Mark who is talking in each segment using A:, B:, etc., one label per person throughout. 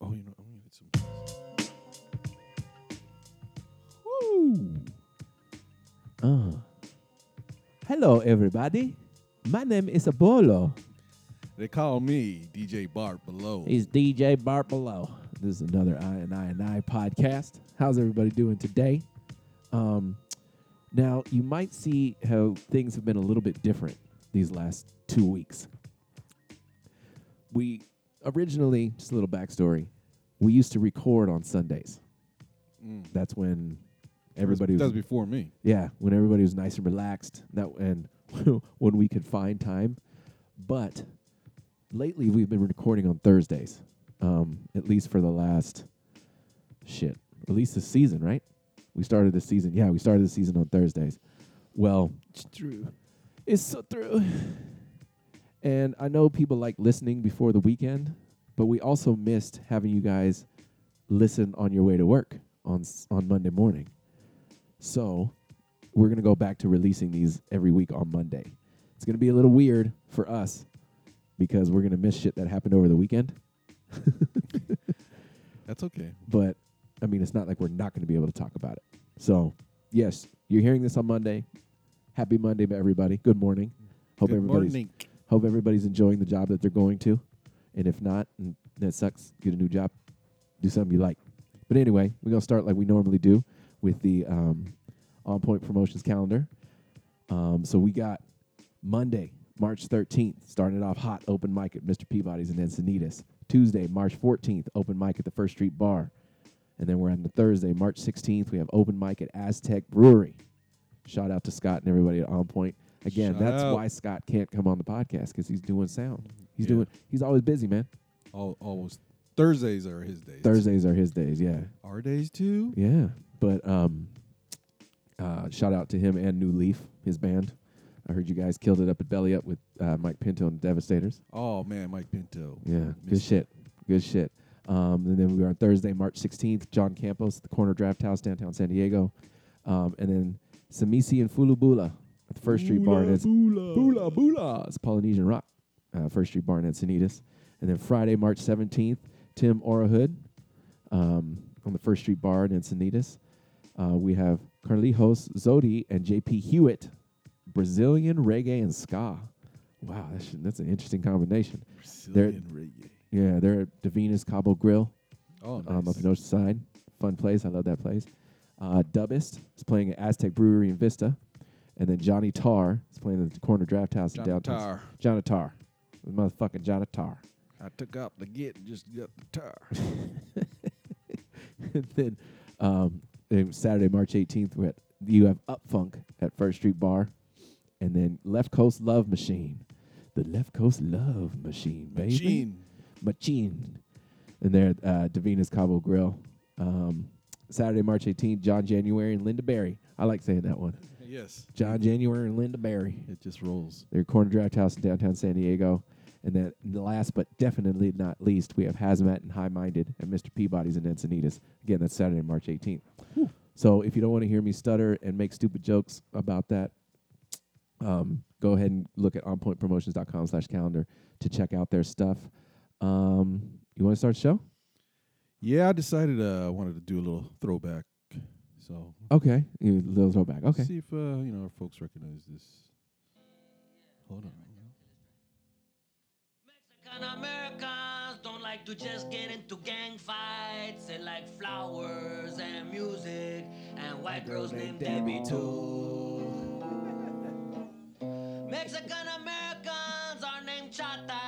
A: Oh, it someplace. Woo!
B: Ah. Hello, everybody. My name is Abolo.
A: They call me DJ Bart Below.
B: He's DJ Bart Below. This is another I and I and I podcast. How's everybody doing today? Um, now, you might see how things have been a little bit different these last two weeks. We originally, just a little backstory, we used to record on Sundays.
A: Mm.
B: That's when everybody was
A: That's before me.
B: Yeah, when everybody was nice and relaxed, that and when we could find time. But lately, we've been recording on Thursdays, um, at least for the last shit, at least this season, right? We started the season. Yeah, we started the season on Thursdays. Well, it's true. It's so true. And I know people like listening before the weekend, but we also missed having you guys listen on your way to work on s- on Monday morning. So we're gonna go back to releasing these every week on Monday. It's gonna be a little weird for us because we're gonna miss shit that happened over the weekend.
A: That's okay.
B: But I mean, it's not like we're not gonna be able to talk about it. So yes, you're hearing this on Monday. Happy Monday, to everybody. Good morning. Hope
A: Good
B: everybody's
A: morning.
B: hope everybody's enjoying the job that they're going to, and if not, and that sucks. Get a new job. Do something you like. But anyway, we're gonna start like we normally do with the um, on point promotions calendar. Um, so we got Monday, March 13th, starting it off hot, open mic at Mr. Peabody's in Encinitas. Tuesday, March 14th, open mic at the First Street Bar. And then we're on the Thursday, March 16th, we have open mic at Aztec Brewery. Shout out to Scott and everybody at On Point. Again,
A: Shout
B: that's
A: out.
B: why Scott can't come on the podcast because he's doing sound. He's
A: Yeah.
B: doing. He's always busy, man.
A: Al- almost Thursdays are his days.
B: Thursdays are his days. Yeah,
A: Our days too.
B: yeah. But um, uh, shout out to him and New Leaf, his band. I heard you guys killed it up at Belly Up with uh, Mike Pinto and the Devastators.
A: Oh man, Mike Pinto.
B: Yeah, good
A: Missed
B: shit. Good shit. Um, and then we were on Thursday, March 16th, John Campos at the Corner Draft House, downtown San Diego. Um, and then Samisi and Fulubula at the First Street Bar. in Enci- Bula Bula. It's Polynesian rock. Uh, First Street Bar in Encinitas. And then Friday, March 17th, Tim Orahood um, on the First Street Bar in Encinitas. Uh, we have Carlijos Zodi and JP Hewitt, Brazilian reggae and ska. Wow, that's, that's an interesting combination.
A: Brazilian reggae.
B: Yeah, they're at Davina's Cabo Grill
A: Oh, nice.
B: um, up in Oceanside. Fun place. I love that place. Uh, Dubbist is playing at Aztec Brewery in Vista. And then Johnny Tar is playing at the Corner Draft House
A: John
B: in downtown.
A: Tar.
B: Johnny Tar. Motherfucking Johnny Tar.
A: I took up the git and just got the tar.
B: and then um, then Saturday, March 18th, we're at, you have Up Funk at First Street Bar. And then Left Coast Love Machine. The Left Coast Love Machine, baby.
A: Machine.
B: Machin. And they're at uh, Davina's Cabo Grill. Um, Saturday, March 18th, John January and Linda Berry. I like saying that one.
A: Yes.
B: John January and Linda Berry.
A: It just rolls.
B: They're Corner Draft House in downtown San Diego. And then the last but definitely not least, we have Hazmat and High Minded at Mr. Peabody's in Encinitas. Again, that's Saturday, March 18th. So if you don't want to hear me stutter and make stupid jokes about that, um, go ahead and look at onpointpromotions.com slash calendar to check out their stuff. Um, you want to start the show?
A: Yeah, I decided uh, I wanted to do a little throwback. So
B: Okay. You little throwback. Okay.
A: see if uh, you know our folks recognize this. Hold on.
C: Mexican Americans don't like to just get into gang fights. They like flowers and music and white girls named Debbie too. Mexican Americans are named Chata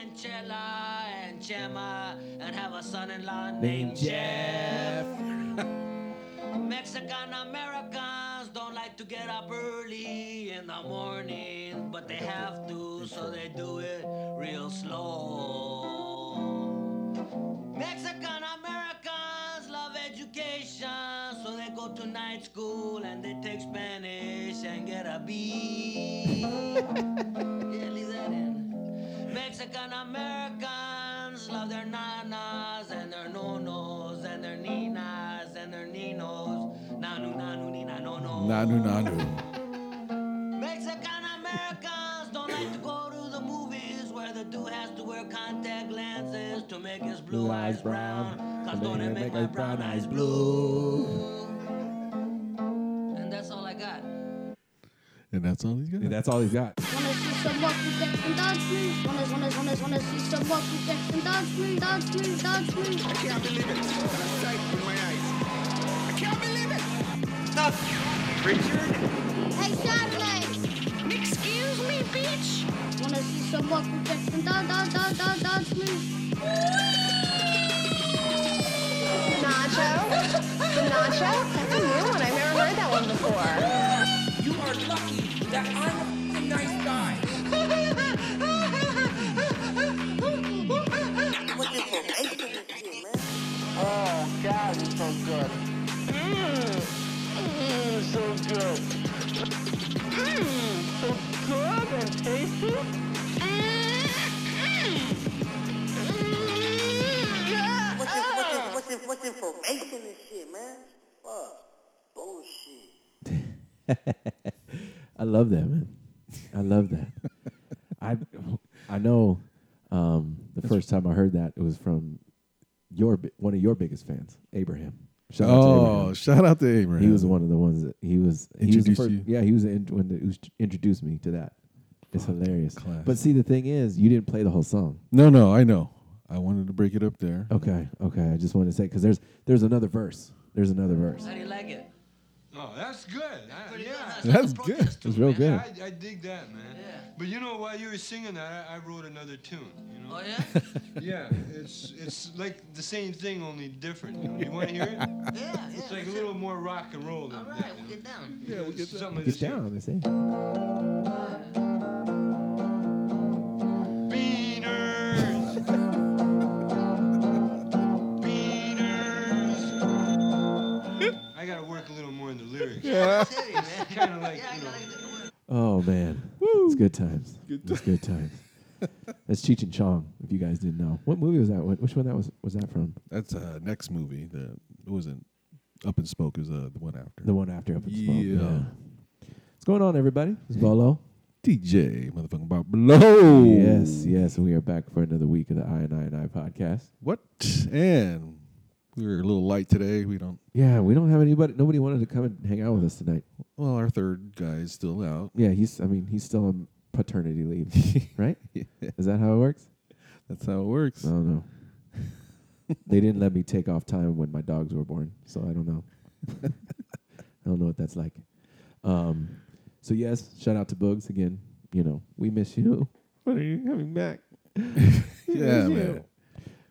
C: and Chela and Chema and have a son-in-law named Jeff. Mexican Americans don't like to get up early in the morning, but they have to, so they do it real slow. Mexican Americans love education, so they go to night school and they take Spanish and get a B. yeah, leave that in. Mexican Americans love their nanas and their nonos and their ninas and their ninos. Nanu, nanu, nina, nono.
A: Nanu Nanu.
C: Mexican Americans don't like to go to the movies where the dude has to wear contact lenses to make his blue,
B: Blue
C: eyes
B: eyes brown,
C: brown. Cause
B: and
C: don't
B: then
C: it
B: they
C: make my brown eyes blue? And that's all I got.
A: And that's all he's got.
B: And that's all he's got.
D: Wanna see some monkey dance and dance move? Wanna, wanna, wanna, wanna see some monkey dance and dance move? Dance move, dance move.
E: I can't believe it. What a sight in my eyes. I can't believe it. Stop. Richard.
D: Hey, Saturday!
E: Excuse me, bitch.
D: Wanna see some monkey dance and dance, dance, dance, dance, dance move?
F: Nacho? The nacho? That's a new one. I've never heard that one before.
E: You are lucky that I'm a f***ing nice guy.
G: Oh, God, it's so good. Mmm, mmm, so good. Mmm, so good and tasty. What's it, what's it, what's it, what's it for bacon and shit, man? Fuck. Bullshit.
B: I love that, man. I love that. I I know um, the first time I heard that it was from your bi- one of your biggest fans, Abraham. Shout out to
A: oh,
B: Abraham.
A: shout out to Abraham.
B: He was one of the ones that he was. He was the
A: Introduced
B: first,
A: you?
B: Yeah, he was the in, when the, who introduced me to that. It's hilarious.
A: class.
B: But see, the thing is, you didn't play the whole song.
A: No, no, I know. I wanted to break it up there.
B: Okay, okay. I just wanted to say because there's there's another verse. There's another verse.
C: How do you like it?
H: Oh, that's good. I-
C: Pretty good, huh?
H: yeah.
C: It's like a
A: That's good.
C: protest
B: It's
C: tune,
B: real
C: man.
B: good.
H: I, I dig that, man.
C: Yeah.
H: But you know, while you were singing that, I, I wrote another tune. You know.
C: Oh yeah?
H: yeah. It's it's like the same thing, only different. You, know? you want to hear it?
C: Yeah, yeah.
H: It's like a little more rock and roll.
C: All
H: than
C: right,
H: that,
C: we'll
H: you know?
C: get down.
H: Yeah, we'll get something like
B: Get
H: this here.
B: down. That's it.
H: Beaners. Beaners. I gotta work a little more in the lyrics.
C: City, man.
H: Kind of like,
C: Yeah, I
H: you know,
C: gotta get the word.
B: Oh man, it's good times. It's good times. That's Cheech and Chong. If you guys didn't know, what movie was that? What, which one that was? Was that from?
A: That's uh next movie that it wasn't Up in Smoke is uh the one after.
B: The one after Up in Smoke.
A: Yeah.
B: What's going on, everybody? It's Bolo.
A: DJ motherfucking Bob Blow.
B: Yes, yes, and we are back for another week of the I and I and I podcast.
A: What? And we were a little light today. We don't.
B: Yeah, we don't have anybody. Nobody wanted to come and hang out with us tonight.
A: Well, our third guy is still out.
B: Yeah, he's. I mean, he's still on paternity leave, right? Is that how it works?
A: That's how it works.
B: I don't know. they didn't let me take off time when my dogs were born, so I don't know. I don't know what that's like. Um, so yes, shout out to Bugs again. You know, we miss you. When are you coming back?
A: yeah, man.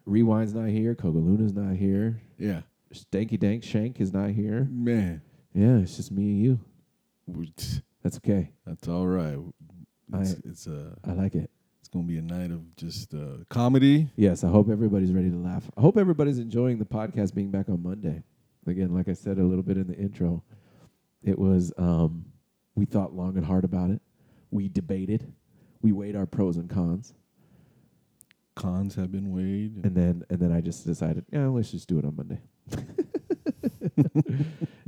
B: Rewind's not here. Coca Luna's not here.
A: Yeah,
B: Stanky Dank Shank is not here.
A: man.
B: Yeah, it's just me and you.
A: We- t-
B: That's okay.
A: That's all right. It's,
B: I-
A: it's uh,
B: I like it.
A: it's gonna be a night of just uh, comedy.
B: Yes, I hope everybody's ready to laugh. I hope everybody's enjoying the podcast being back on Monday. Again, like I said a little bit in the intro, it was um, we thought long and hard about it. We debated. We weighed our pros and cons,
A: Cons have been weighed.
B: and then and then I just decided, yeah, let's just do it on Monday.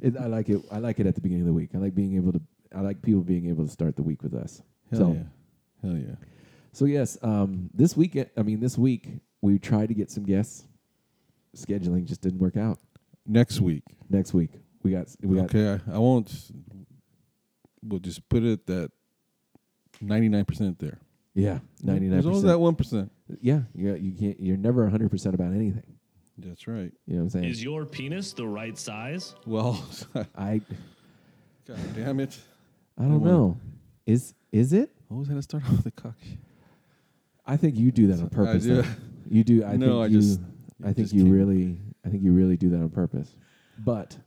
B: it, I like it. I like it at the beginning of the week. I like being able to. I like people being able to start the week with us.
A: Hell
B: so
A: yeah, hell yeah.
B: So yes, um, this week I mean this week we tried to get some guests. Scheduling just didn't work out.
A: Next week,
B: Next week we got we got
A: okay. I, I won't. We'll just put it that ninety nine percent there.
B: yeah ninety nine
A: There's always that
B: percent.
A: one percent.
B: Yeah, you you can't you're never hundred percent about anything.
A: That's right.
B: You know what I'm saying?
I: Is your penis the right size?
A: Well, God
B: I
A: damn it.
B: I don't
A: wanna-
B: know. Is is it?
A: Always had to start off the cock.
B: I think you do that on purpose.
A: do.
B: though. You do. I
A: No, I
B: think you,
A: just-
B: I think
A: just
B: you
A: came-
B: really. I think you really do that on purpose. But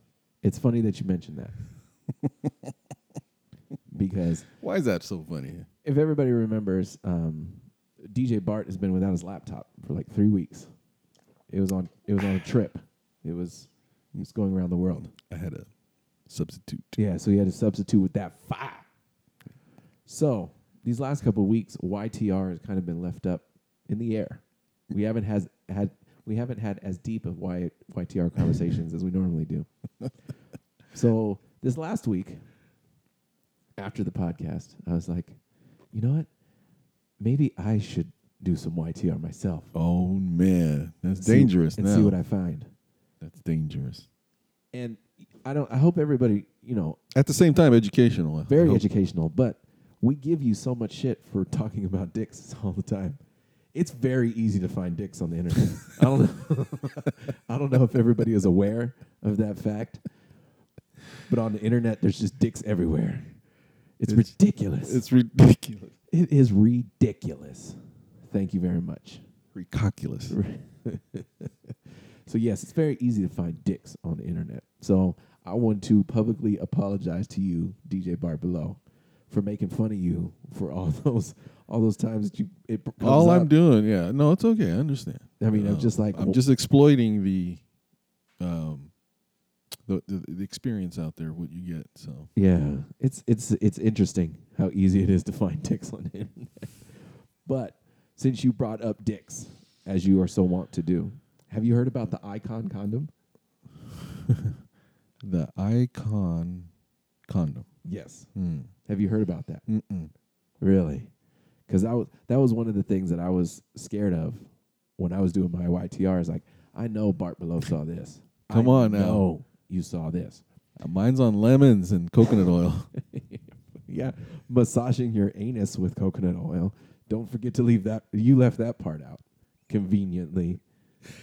B: it's funny that you mentioned that because
A: Why is that so funny?
B: if everybody remembers, um, DJ Bart has been without his laptop for like three weeks. It was on. It was on a trip. It was. It was going around the world.
A: I had a substitute.
B: Yeah, so he had to substitute with that fire. So these last couple of weeks, YTR has kind of been left up in the air. We haven't has had we haven't had as deep of y, YTR conversations as we normally do. So this last week, after the podcast, I was like, you know what? Maybe I should do some YTR myself.
A: Oh man, that's
B: and see-
A: dangerous.
B: and
A: now.
B: see what I find.
A: that's dangerous.
B: And I don't. I hope everybody, you know,
A: At the same time, educational. I
B: very
A: hope.
B: educational. But we give you so much shit for talking about dicks all the time. It's very easy to find dicks on the internet. I don't. Know, I don't know if everybody is aware of that fact, but on the internet, there's just dicks everywhere. It's, ridiculous.
A: It's ridiculous.
B: it is ridiculous. Thank you very much.
A: Ridiculous.
B: So yes, it's very easy to find dicks on the internet. So I want to publicly apologize to you, DJ Barbelo, for making fun of you for all those all those times that you it comes
A: All I'm
B: up.
A: doing, yeah. No, it's okay. I understand. Um,
B: I mean, I'm just like- oh,
A: I'm just exploiting the, um, the, the the experience out there. What you get. So
B: Yeah, it's it's it's interesting how easy it is to find dicks on the internet. But since you brought up dicks, as you are so wont to do, have you heard about the Icon condom?
A: the icon condom.
B: Yes.
A: Hmm.
B: Have you heard about that?
A: Mm-mm.
B: Really? Because that was that was one of the things that I was scared of when I was doing my YTR. Is like I know Bart Below saw this.
A: Come
B: I
A: on now.
B: know you saw this.
A: Uh, Mine's on lemons and coconut oil.
B: Yeah, massaging your anus with coconut oil. Don't forget to leave that. You left that part out conveniently.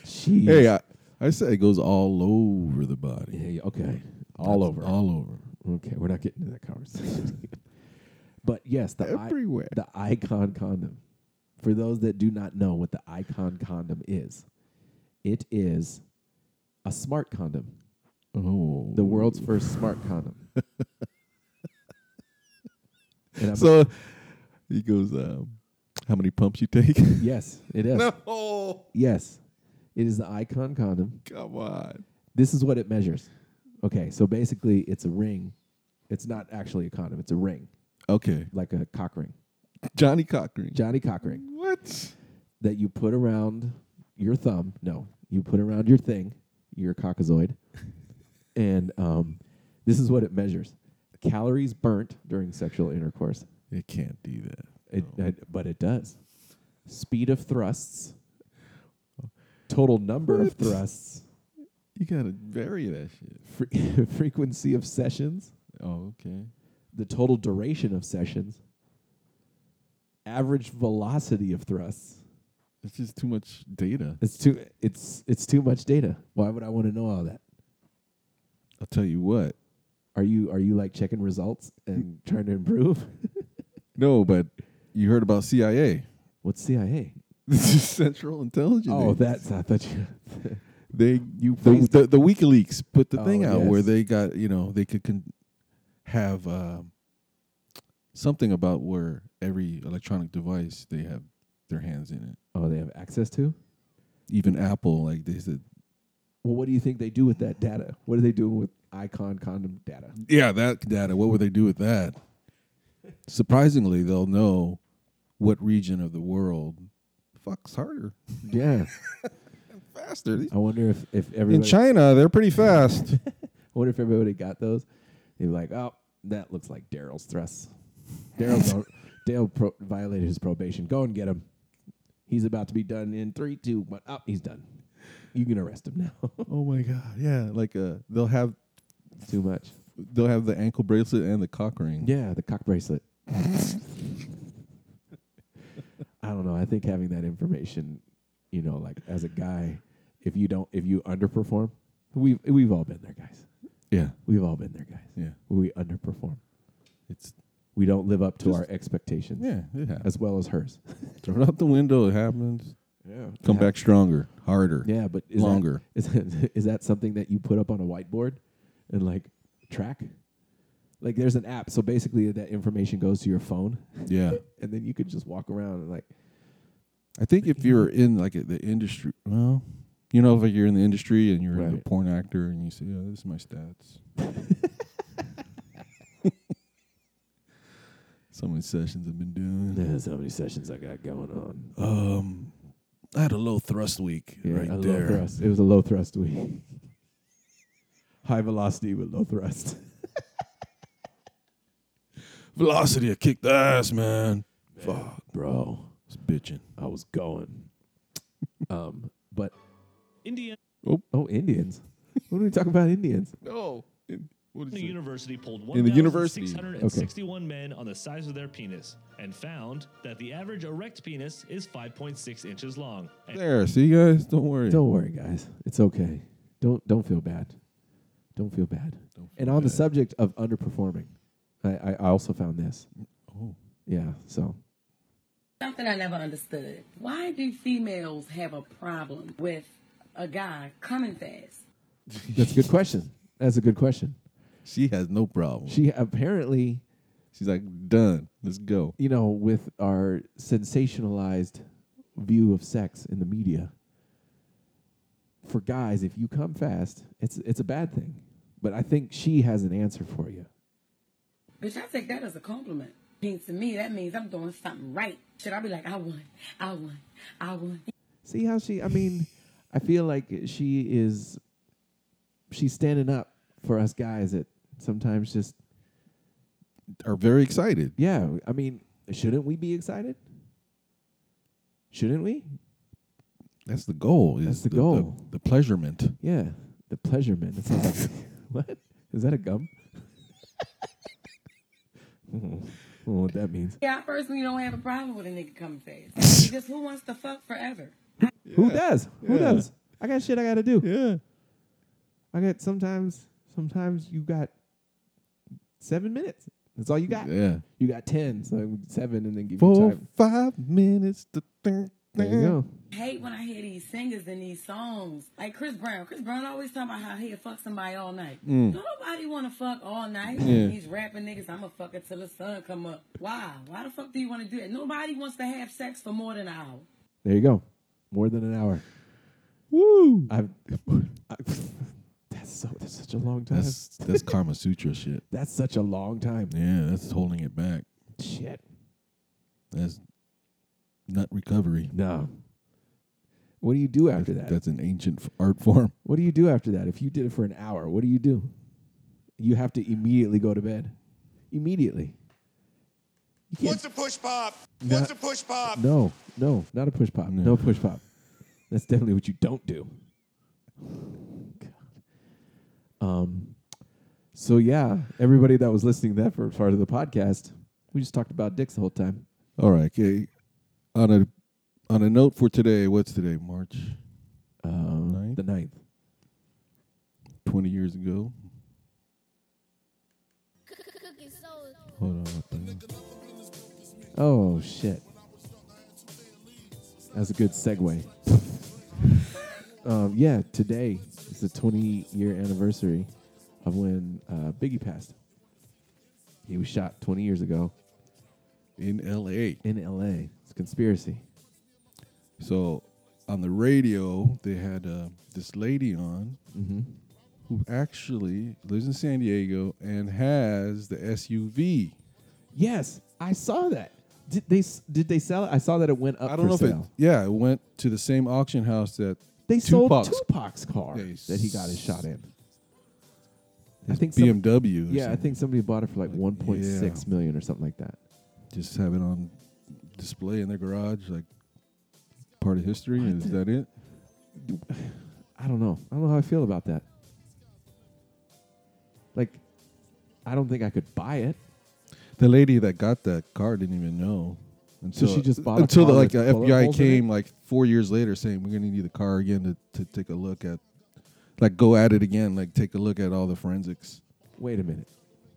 B: Jeez.
A: hey, I, I said it goes all over the body.
B: Hey, okay, all
A: That's
B: over.
A: All over.
B: okay, we're not getting into that conversation. but yes, the I-
A: Everywhere.
B: the icon condom. For those that do not know what the icon condom is, it is a smart condom,
A: Oh.
B: the world's first smart condom. And I'm-
A: so he goes, um, how many pumps you take?
B: yes, it is.
A: no.
B: Yes, it is the icon condom.
A: Come on.
B: This is what it measures. Okay, so basically, it's a ring. It's not actually a condom. It's a ring,
A: Okay.
B: like a cock ring,
A: Johnny Cochran.
B: Johnny cock ring.
A: what?
B: that you put around your thumb. No, you put around your thing, your cockazoid, and um, this is what it measures: calories burnt during sexual intercourse.
A: It can't do that.
B: It,
A: Oh.
B: it- but it does. Speed of thrusts, total number of
A: What?
B: thrusts,
A: You gotta vary that shit.
B: fre- frequency of sessions,
A: Oh, okay.
B: the total duration of sessions, average velocity of thrusts.
A: It's just too much data.
B: It's too it's it's too much data. Why would I want to know all that?
A: I'll tell you what.
B: Are you are you like checking results and trying to improve?
A: No, but you heard about CIA.
B: What's CIA?
A: This is Central Intelligence.
B: Oh,
A: Agency.
B: that's I thought you.
A: they
B: You
A: you the,
B: praised
A: the, the WikiLeaks put the
B: Oh,
A: thing out where
B: yes.
A: they got you know they could con- have um, something about where every electronic device they have their hands in it.
B: Oh, they have access to.
A: Even Apple, like they said,
B: Well, what do you think they do with that data? What are they doing with icon condom data?
A: yeah, that data. What would they do with that? Surprisingly, they'll know what region of the world fucks harder,
B: Yeah,
A: faster.
B: I wonder if if
A: In
B: everybody.
A: China, they're pretty fast.
B: I wonder if everybody got those. They'd be like, oh, that looks like Daryl's thrusts. Daryl's on, Dale pro- violated his probation. Go and get him. He's about to be done in three, two, one. Oh, he's done. You can arrest him now.
A: oh my god, yeah. Like uh, they'll have
B: Too much.
A: they'll have the ankle bracelet and the cock ring.
B: Yeah, the cock bracelet. I don't know. I think having that information, you know, like as a guy, if you don't, if you underperform, we've we've all been there, guys.
A: yeah,
B: We've all been there, guys.
A: yeah.
B: We underperform.
A: It's
B: We don't live up to
A: Just-
B: our expectations,
A: yeah, it happens.
B: as well as hers.
A: Throw it out the window. It happens.
B: Yeah,
A: Come back stronger, harder.
B: Yeah, but is
A: Longer.
B: That, is, that, is that something that you put up on a whiteboard and like track? Like, there's an app, so basically that information goes to your phone,
A: Yeah.
B: and then you could just walk around and like
A: I think
B: Mm-hmm.
A: if you're in like the industry, well, you know, if like you're in the industry and you're a
B: Right.
A: porn actor and you say, "Oh, this is my stats." so many sessions I've been doing.
B: That's how many sessions I got going on.
A: Um, I had a low thrust week right
B: a
A: there.
B: low thrust. It was a low thrust week. High velocity with low thrust.
A: Velocity, I kicked ass, man. Fuck.
B: Bro,
A: It's bitching.
B: I was going. um, but
I: Indiana
B: oh, Indians. what are we talking about? Indians.
A: No. In, what is it?
I: University pulled
A: In the university.
I: 1,661 men on the size of their penis and found that the average erect penis is 5.6 inches long. And
A: There, see guys, don't worry.
B: Don't worry, guys. It's okay. Don't don't feel bad. Don't feel bad.
A: Don't feel
B: and on the
A: bad.
B: subject of underperforming, I, I, I also found this.
A: Oh.
B: Yeah. So
J: Something I never understood. Why do females have a problem with a guy coming fast?
B: that's a good question. That's a good question.
A: She has no problem.
B: She apparently,
A: She's like, done. Let's go.
B: you know, with our sensationalized view of sex in the media, for guys, if you come fast, it's it's a bad thing. But I think she has an answer for you.
J: Bitch, I take that as a compliment. Means to me, that means I'm doing something right. Should I be like, I won, I won, I won?
B: See how she? I mean, I feel like she is. She's standing up for us guys that sometimes just
A: Are very excited.
B: yeah. I mean, shouldn't we be excited? Shouldn't we?
A: That's the goal. Is
B: That's the
A: the
B: goal.
A: The, the pleasurement.
B: Yeah, the pleasure man. That sounds like what? Is that a gum? oh, what that means?
J: Yeah, I personally don't have a problem with a nigga coming fast. because who wants to fuck forever?
B: Who does? Who
A: Yeah.
B: does? I got shit I gotta do.
A: Yeah.
B: I got sometimes. Sometimes you got seven minutes. That's all you got.
A: Yeah.
B: You got ten, so seven, and then give you
A: Four,
B: time.
A: five minutes. To think,
B: There you go.
J: I hate when I hear these singers in these songs. Like Chris Brown. Chris Brown always talking about how he'll fuck somebody all night. Don't nobody want to fuck all night.
A: Yeah.
J: These rapping niggas, I'm going to fuck it till the sun come up. Why? Why the fuck do you want to do that? Nobody wants to have sex for more than an hour.
B: There you go. More than an hour.
A: Woo.
B: I've. I, that's so. That's such a long time. That's,
A: That's that's Kama Sutra shit.
B: such a long time.
A: Yeah, that's holding it back.
B: Shit.
A: That's not recovery.
B: No. What do you do after that?
A: That's an ancient f- art form.
B: what do you do after that? If you did it for an hour, what do you do? You have to immediately go to bed. Immediately. You can't-
E: What's a push pop? What's a push pop?
B: no, no, not a push pop. No,
A: No.
B: push pop. That's definitely what you don't do. God. Um. So yeah, everybody that was listening to that for part of the podcast, we just talked about dicks the whole time.
A: All right, okay. On a on a note for today, what's today? March
B: Uh,
A: Ninth?
B: The ninth.
A: twenty years ago. Hold on. what the-
B: Oh shit. That's a good segue. um, yeah, today is the 20 year anniversary of when uh, Biggie passed. He was shot 20 years ago
A: In L.A.
B: in L.A. It's a conspiracy.
A: So on the radio, they had uh, this lady on
B: Mm-hmm.
A: who actually lives in San Diego and has the SUV.
B: Yes, I saw that. Did they s- did they sell it? I saw that it went up.
A: I don't
B: for
A: know if
B: sale.
A: it. Yeah, it went to the same auction house that
B: they
A: Tupac's
B: sold Tupac's car
A: They
B: that he got his shot in. I think some-
A: BMW. or
B: yeah, I
A: something.
B: think somebody bought it for like 1.6 million or something like that.
A: just have it on display in their garage, like part of history. Is that it?
B: I don't know. I don't know how I feel about that. Like, I don't think I could buy it.
A: The lady that got that car didn't even know. Until,
B: she just bought a
A: until
B: car
A: the, like
B: with
A: uh,
B: bullet
A: FBI
B: holes in it?
A: came like four years later saying we're gonna need the car again to, to take a look at like go at it again like take a look at all the forensics.
B: Wait a minute.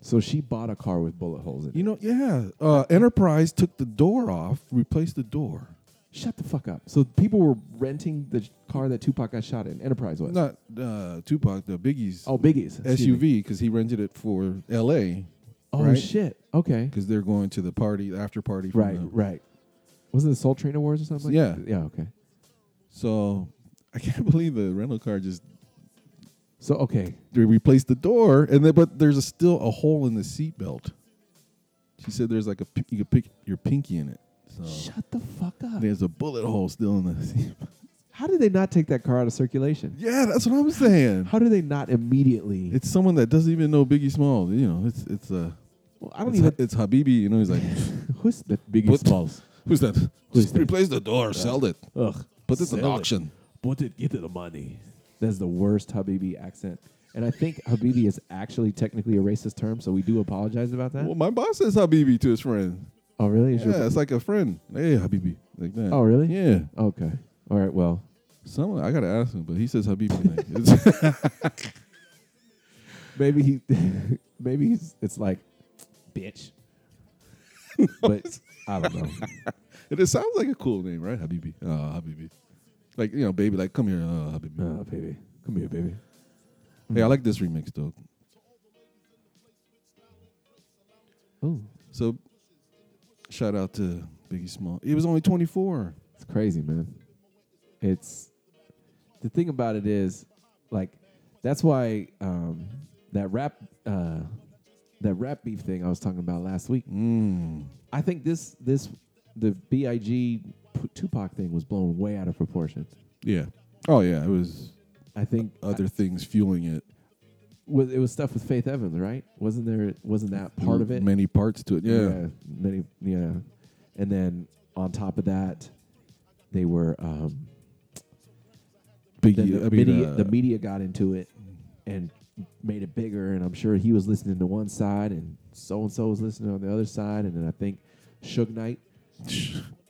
B: So she bought a car with bullet holes in it.
A: You know, yeah. Uh, Enterprise took the door off, replaced the door.
B: Shut the fuck up. So people were renting the sh- car that Tupac got shot in. Enterprise was.
A: Not uh, Tupac, the Biggie's
B: Oh, Biggie's excuse me.
A: SUV because he rented it for L.A.
B: Oh
A: right?
B: shit. Okay.
A: because they're going to the party, the after party. From
B: Right.
A: the-
B: Right. Wasn't it Soul Train Awards or something?
A: Yeah.
B: Like that? Yeah. Okay.
A: So I can't believe the rental car just
B: So okay.
A: they replaced the door, and then but there's a, still a hole in the seat belt. She said there's like a pi- you could pick your pinky in it. So
B: Shut the fuck up.
A: there's a bullet hole still in the seat. belt.
B: How did they not take that car out of circulation?
A: yeah, that's what I'm saying.
B: How do they not immediately?
A: It's someone that doesn't even know Biggie Smalls. You know, it's it's uh,
B: well, I don't
A: it's, Ha-
B: even.
A: it's Habibi. You know, he's like
B: Who's the Biggie
A: What?
B: Smalls?
A: Who's that?
B: Who's
A: Just
B: that?
A: replace the door.
B: Ugh.
A: Sell it.
B: Ugh.
A: Put it in
B: Sell
A: auction.
B: Put it. Get it the money. That's the worst Habibi accent. And I think Habibi is actually technically a racist term, so we do apologize about that.
A: Well, my boss says Habibi to his friend.
B: Oh, really? Is your-
A: Yeah, it's like a friend. Hey, Habibi, like that.
B: Oh, really?
A: Yeah.
B: Okay. All right. Well,
A: someone I gotta ask him, but he says Habibi. like, it's-
B: Maybe he, maybe he's. It's like, bitch. but I don't know.
A: it just sounds like a cool name, right? Habibi. Oh, Habibi. Like you know, baby. Like come here, oh, Habibi.
B: Oh, baby, come here, baby.
A: Hey, I like this remix though.
B: Oh,
A: So, shout out to Biggie Small. He was only 24.
B: It's crazy, man. It's the thing about it is, like, that's why um, that rap uh, that rap beef thing I was talking about last week.
A: Mm.
B: I think this this the Big P- Tupac thing was blown way out of proportion.
A: Yeah. Oh yeah, it was.
B: I think
A: Uh, other things fueling it.
B: Was it was stuff with Faith Evans, right? Wasn't there? Wasn't that part of it?
A: Many parts to it. Yeah.
B: many. Yeah, and then on top of that, they were um,
A: Biggie.
B: then the,
A: I mean,
B: media,
A: uh,
B: the media got into it and made it bigger. And I'm sure he was listening to one side, and so and so was listening on the other side. And then I think Suge Knight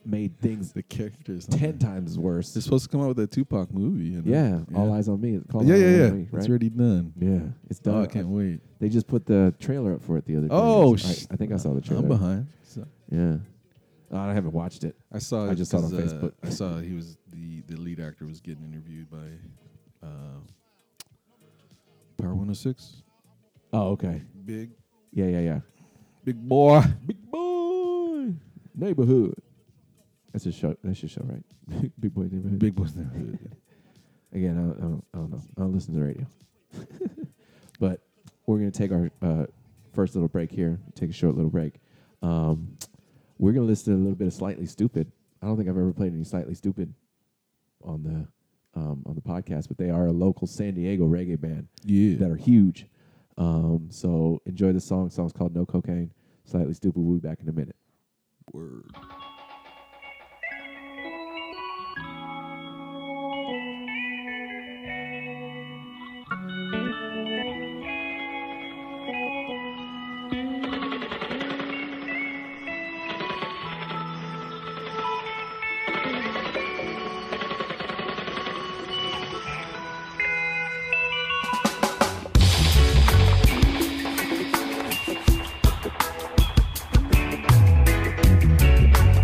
B: made things
A: the characters
B: ten times worse.
A: They're supposed to come out with that Tupac movie. You know?
B: yeah, All Eyes on Me. It's called
A: Yeah,
B: All
A: yeah,
B: Eyes
A: yeah.
B: on Me, right?
A: It's already done.
B: Yeah, it's done.
A: Oh, I can't wait.
B: They just put the trailer up for it the other day.
A: Oh,
B: I,
A: sh-
B: I think I saw the trailer.
A: I'm behind. So-
B: Yeah, Oh, I haven't watched it.
A: I saw.
B: I
A: it
B: just saw it on
A: 'cause, uh,
B: Facebook.
A: I saw he was the the lead actor was getting interviewed by uh, Power 106.
B: Oh, okay.
A: Big
B: Yeah, yeah, yeah.
A: big boy.
B: Big boy neighborhood. That's your show. That's your show, right? Big boy neighborhood.
A: Big boy. neighborhood.
B: Again, I don't, I don't, I don't know. I don't listen to the radio. but we're gonna take our uh, first little break here. Take a short little break. Um, we're gonna listen to a little bit of slightly stupid. I don't think I've ever played any slightly stupid on the um, on the podcast, but they are a local San Diego reggae band
A: Yeah.
B: that are huge. Um, so enjoy the song. song's called No Cocaine. Slightly stupid. We'll be back in a minute.
A: Word.
E: Thank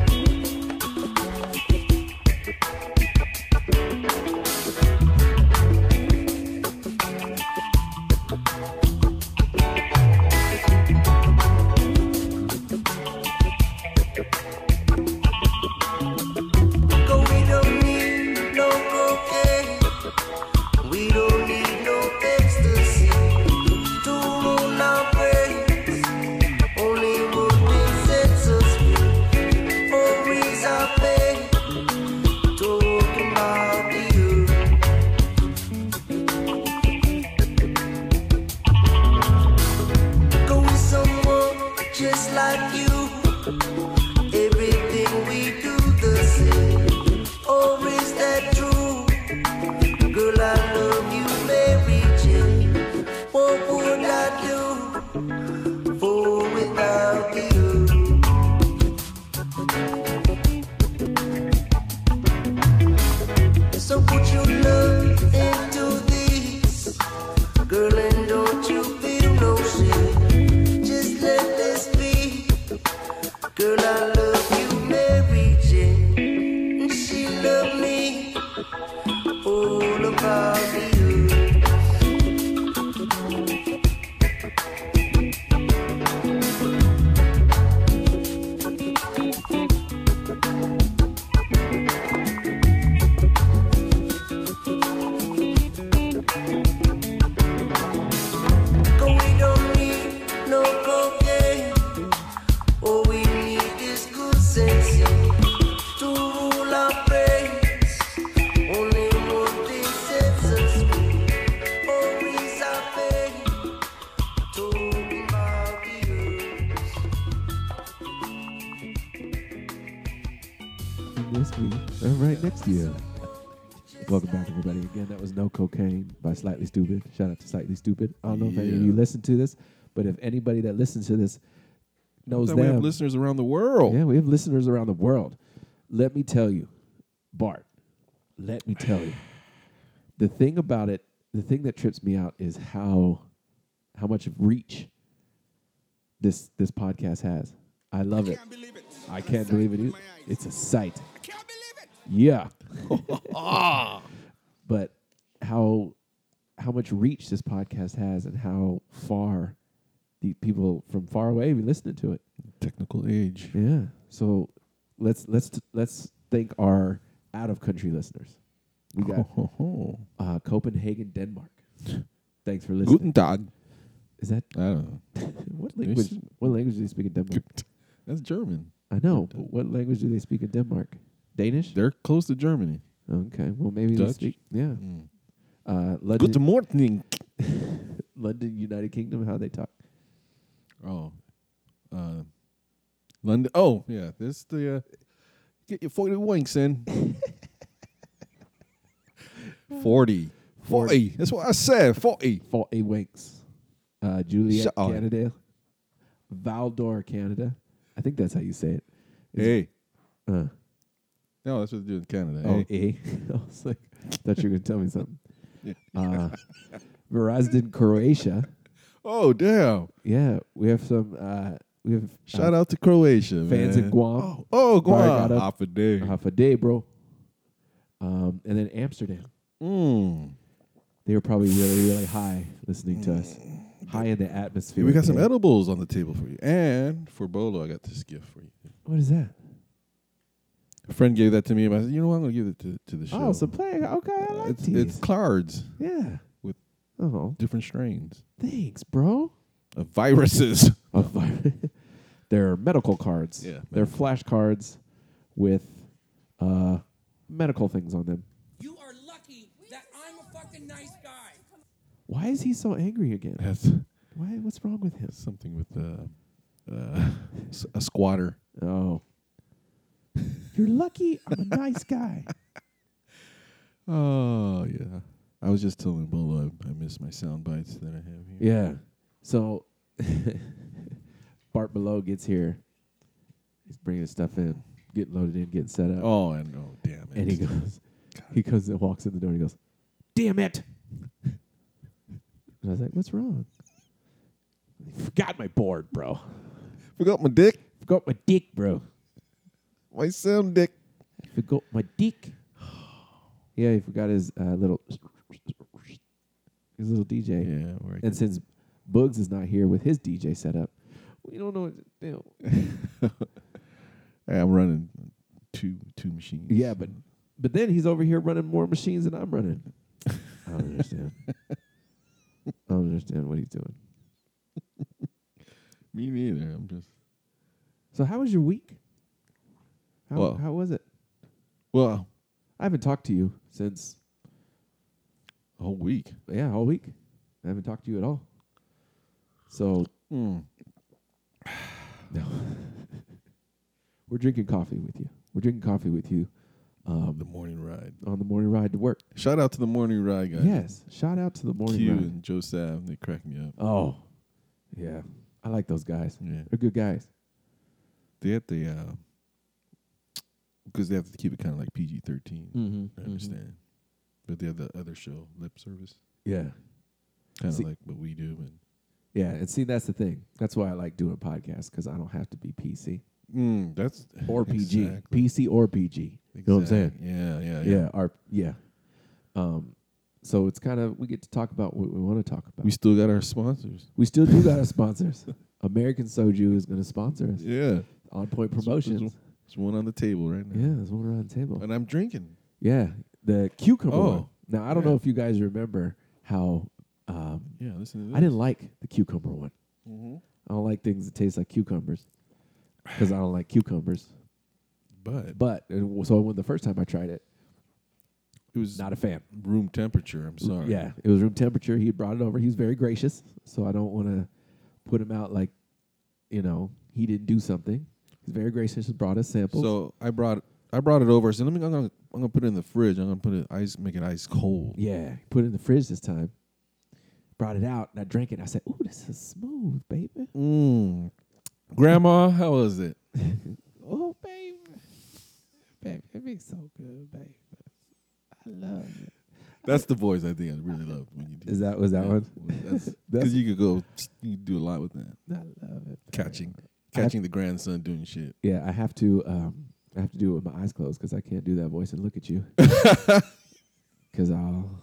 B: Yeah. Welcome back, everybody. Again, that was No Cocaine by Slightly Stupid. Shout out to Slightly Stupid. I don't know if any of
A: Yeah.
B: you listen to this, but if anybody that listens to this knows
A: That
B: them,
A: we have listeners around the world.
B: Yeah, we have listeners around the world. Let me tell you, Bart, let me tell you. The thing about it, the thing that trips me out is how how much of reach this this podcast has. I love it. I can't believe it. either. It's a sight. Yeah. but how how much reach this podcast has and how far the people from far away be listening to it.
A: Technical age.
B: Yeah. So let's let's let's thank our out of country listeners. We got
A: Oh.
B: uh, Copenhagen, Denmark. Thanks for listening.
A: Guten Tag.
B: Is that
A: I don't know.
B: what language? What language do they speak in Denmark?
A: That's German.
B: I know. But what language do they speak in Denmark? Danish.
A: They're close to Germany.
B: Okay. Well, maybe they
A: Dutch?
B: speak. Yeah.
A: Mm.
B: Uh, London,
A: Good morning.
B: London, United Kingdom. How they talk?
A: Oh, uh, London. Oh, yeah. This the uh, get your forty winks in. forty. Forty. That's what I said. Forty.
B: Forty winks. Uh, Juliet,
A: Shut up.
B: Canada. Valdor, Canada. I think that's how you say it.
A: Hey.
B: Uh,
A: No, that's what they do in Canada.
B: Oh,
A: eh?
B: eh? I was like, I thought you were going to tell me something. Uh, Varazdin, Croatia.
A: Oh, damn.
B: Yeah, we have some. Uh, we have
A: Shout out to Croatia.
B: Oh. fans
A: man.
B: in Guam.
A: Oh, oh Guam.
B: Vargata.
A: Half a day.
B: Half a day, bro. Um, and then Amsterdam.
A: Mm.
B: They were probably really, really high listening to us. High in the atmosphere.
A: Mm. we got some
B: man.
A: edibles on the table for you. And for Bolo, I got this gift for you.
B: What is that?
A: A friend gave that to me. And I said, you know what? I'm going to give it to, to the show.
B: Oh, some playing. Okay, I like
A: it's,
B: these.
A: it's cards
B: yeah.
A: with
B: Oh,
A: different strains
B: thanks, bro.
A: of viruses.
B: A vi- They're medical cards.
A: Yeah,
B: They're flash cards with uh, medical things on them.
K: You are lucky that I'm a fucking nice guy.
B: Why is he so angry again?
A: That's
B: Why? What's wrong with him?
A: something with uh, uh, s- a squatter.
B: Oh, you're lucky. I'm a nice guy.
A: Oh, yeah. I was just telling Bolo I, I miss my sound bites that I have here.
B: Yeah. So Bart below gets here. He's bringing his stuff in, getting loaded in, getting set up,
A: Oh, and oh, damn it.
B: and he goes, he comes and walks in the door. and He goes, "Damn it!" And I was like, "What's wrong?" Forgot my board, bro.
A: Forgot my dick.
B: Forgot my dick, bro.
A: My sound dick.
B: Forgot my dick. Yeah, he forgot his uh, little his little DJ.
A: Yeah, where I
B: And since Bugs is not here with his DJ setup, we don't know. What to do.
A: Hey, I'm running two two machines.
B: Yeah, but but then he's over here running more machines than I'm running. I don't understand. I don't understand what he's doing.
A: me neither. I'm just
B: So how was your week? How
A: Well-
B: how was it?
A: well
B: I haven't talked to you since
A: a whole week.
B: yeah all week. I haven't talked to you at all. So
A: Hmm.
B: No. We're drinking coffee with you. We're drinking coffee with you um,
A: The morning ride.
B: on the morning ride to work.
A: Shout out to the morning ride guys.
B: Yes. Shout out to the morning
A: Q
B: ride.
A: and Joe Sav, they crack me up.
B: Oh, yeah. I like those guys.
A: Yeah,
B: They're good guys.
A: they had the uh, because they have to keep it kind of like PG 13
B: Mm-hmm.
A: I understand, but they have the other show, Lip Service,
B: Yeah.
A: kind of
B: See-
A: like what we do.
B: Yeah. And see, that's the thing. That's why I like doing podcasts because I don't have to be PC
A: And mm, that's
B: or PG.
A: Exactly.
B: PC or PG. You know what I'm saying?
A: Exact- Yeah, yeah, yeah.
B: Yeah. Our, yeah. Um, so it's kind of, we get to talk about what we want to talk about.
A: We still got our sponsors.
B: We still do got our sponsors. American Soju is going to sponsor us.
A: Yeah,
B: On Point
A: There's- there's
B: Promotions.
A: one- There's one on the table right now.
B: Yeah, there's one around the table.
A: and I'm drinking.
B: Yeah, the cucumber.
A: Oh,
B: one. Now I don't
A: yeah.
B: know if you guys remember how um,
A: Yeah, listen to this.
B: I didn't like the cucumber one.
A: Mhm.
B: I don't like things that taste like cucumbers because I don't like cucumbers.
A: but,
B: But and w- so when the first time I tried it,
A: it was
B: not a fan.
A: room temperature. I'm sorry.
B: Yeah, it was room temperature. He brought it over. He was very gracious, so I don't want to put him out like you know he didn't do something. He's very gracious. Brought us samples.
A: So I brought I brought it over. I said, "Let me. I'm gonna, I'm gonna put it in the fridge. I'm gonna put it ice, make it ice cold.
B: Yeah, put it in the fridge this time. Brought it out and I drank it. I said, "Ooh, this is smooth, baby."
A: Mm. Grandma, how was it?
B: Oh, baby, baby, it be so good, baby. I love it.
A: That's the voice I think I really love when you do.
B: Is that was that one?
A: Because you could go, you could do a lot with that.
B: I love it.
A: Catching, catching the grandson doing shit.
B: Yeah, I have to. Um, I have to do it with my eyes closed because I can't do that voice and look at you. Because I'll,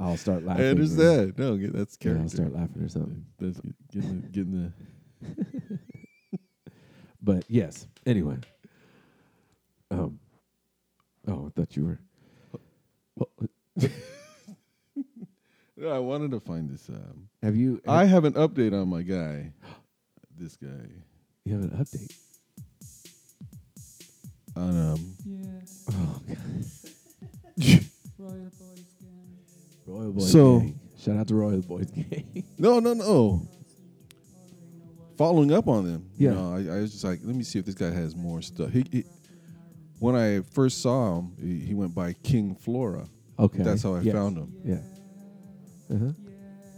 B: I'll start laughing.
A: I
B: or-
A: understand. No, get- that's
B: Yeah,
A: character.
B: I'll start laughing or something.
A: That's getting the, getting the
B: But yes. Anyway. Um. Oh, I thought you were.
A: No, I wanted to find this. Um,
B: Have you?
A: I have an update on my guy. This guy.
B: You have an update.
A: On um.
B: Oh, God. Royal Boys
A: So-
B: Gang. Shout out to Royal Boys Gang.
A: No, no, no. Following up on them.
B: Yeah.
A: You know, I, I was just like, let me see if this guy has more stuff. He, he- when I first saw him, he, he went by King Flora.
B: Okay.
A: That's how I
B: Yes.
A: found him.
B: Yeah. Uh-huh.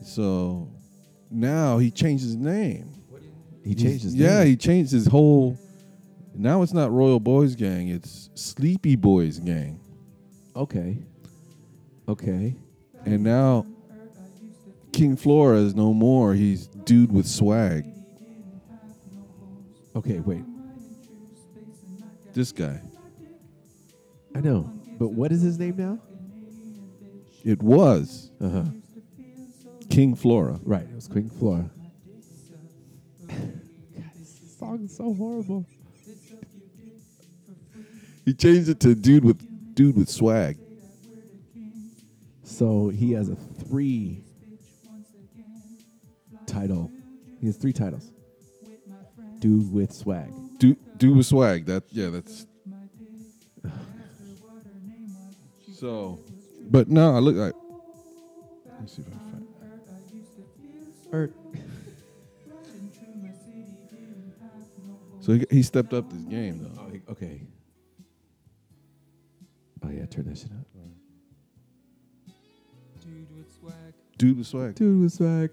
A: So now he changed his name.
B: He changed his
A: yeah,
B: name.
A: he changed his whole. Now it's not Royal Boys Gang, it's Sleepy Boys Gang.
B: Okay. Okay.
A: And now King Flora is no more. He's dude with swag.
B: Okay, wait.
A: This guy.
B: I know. But what is his name now?
A: It was
B: Uh-huh.
A: King Flora.
B: Right. It was Queen Flora. This song is so horrible.
A: He changed it to dude with dude with swag.
B: So he has a three title. He has three titles. Dude with swag.
A: Dude, dude with swag. That yeah, that's. So, but no, I look like. Let me see if I can find.
B: Er,
A: So he, he stepped up this game though.
B: okay. Oh yeah, turn that shit up.
A: Dude with swag.
B: Dude with swag.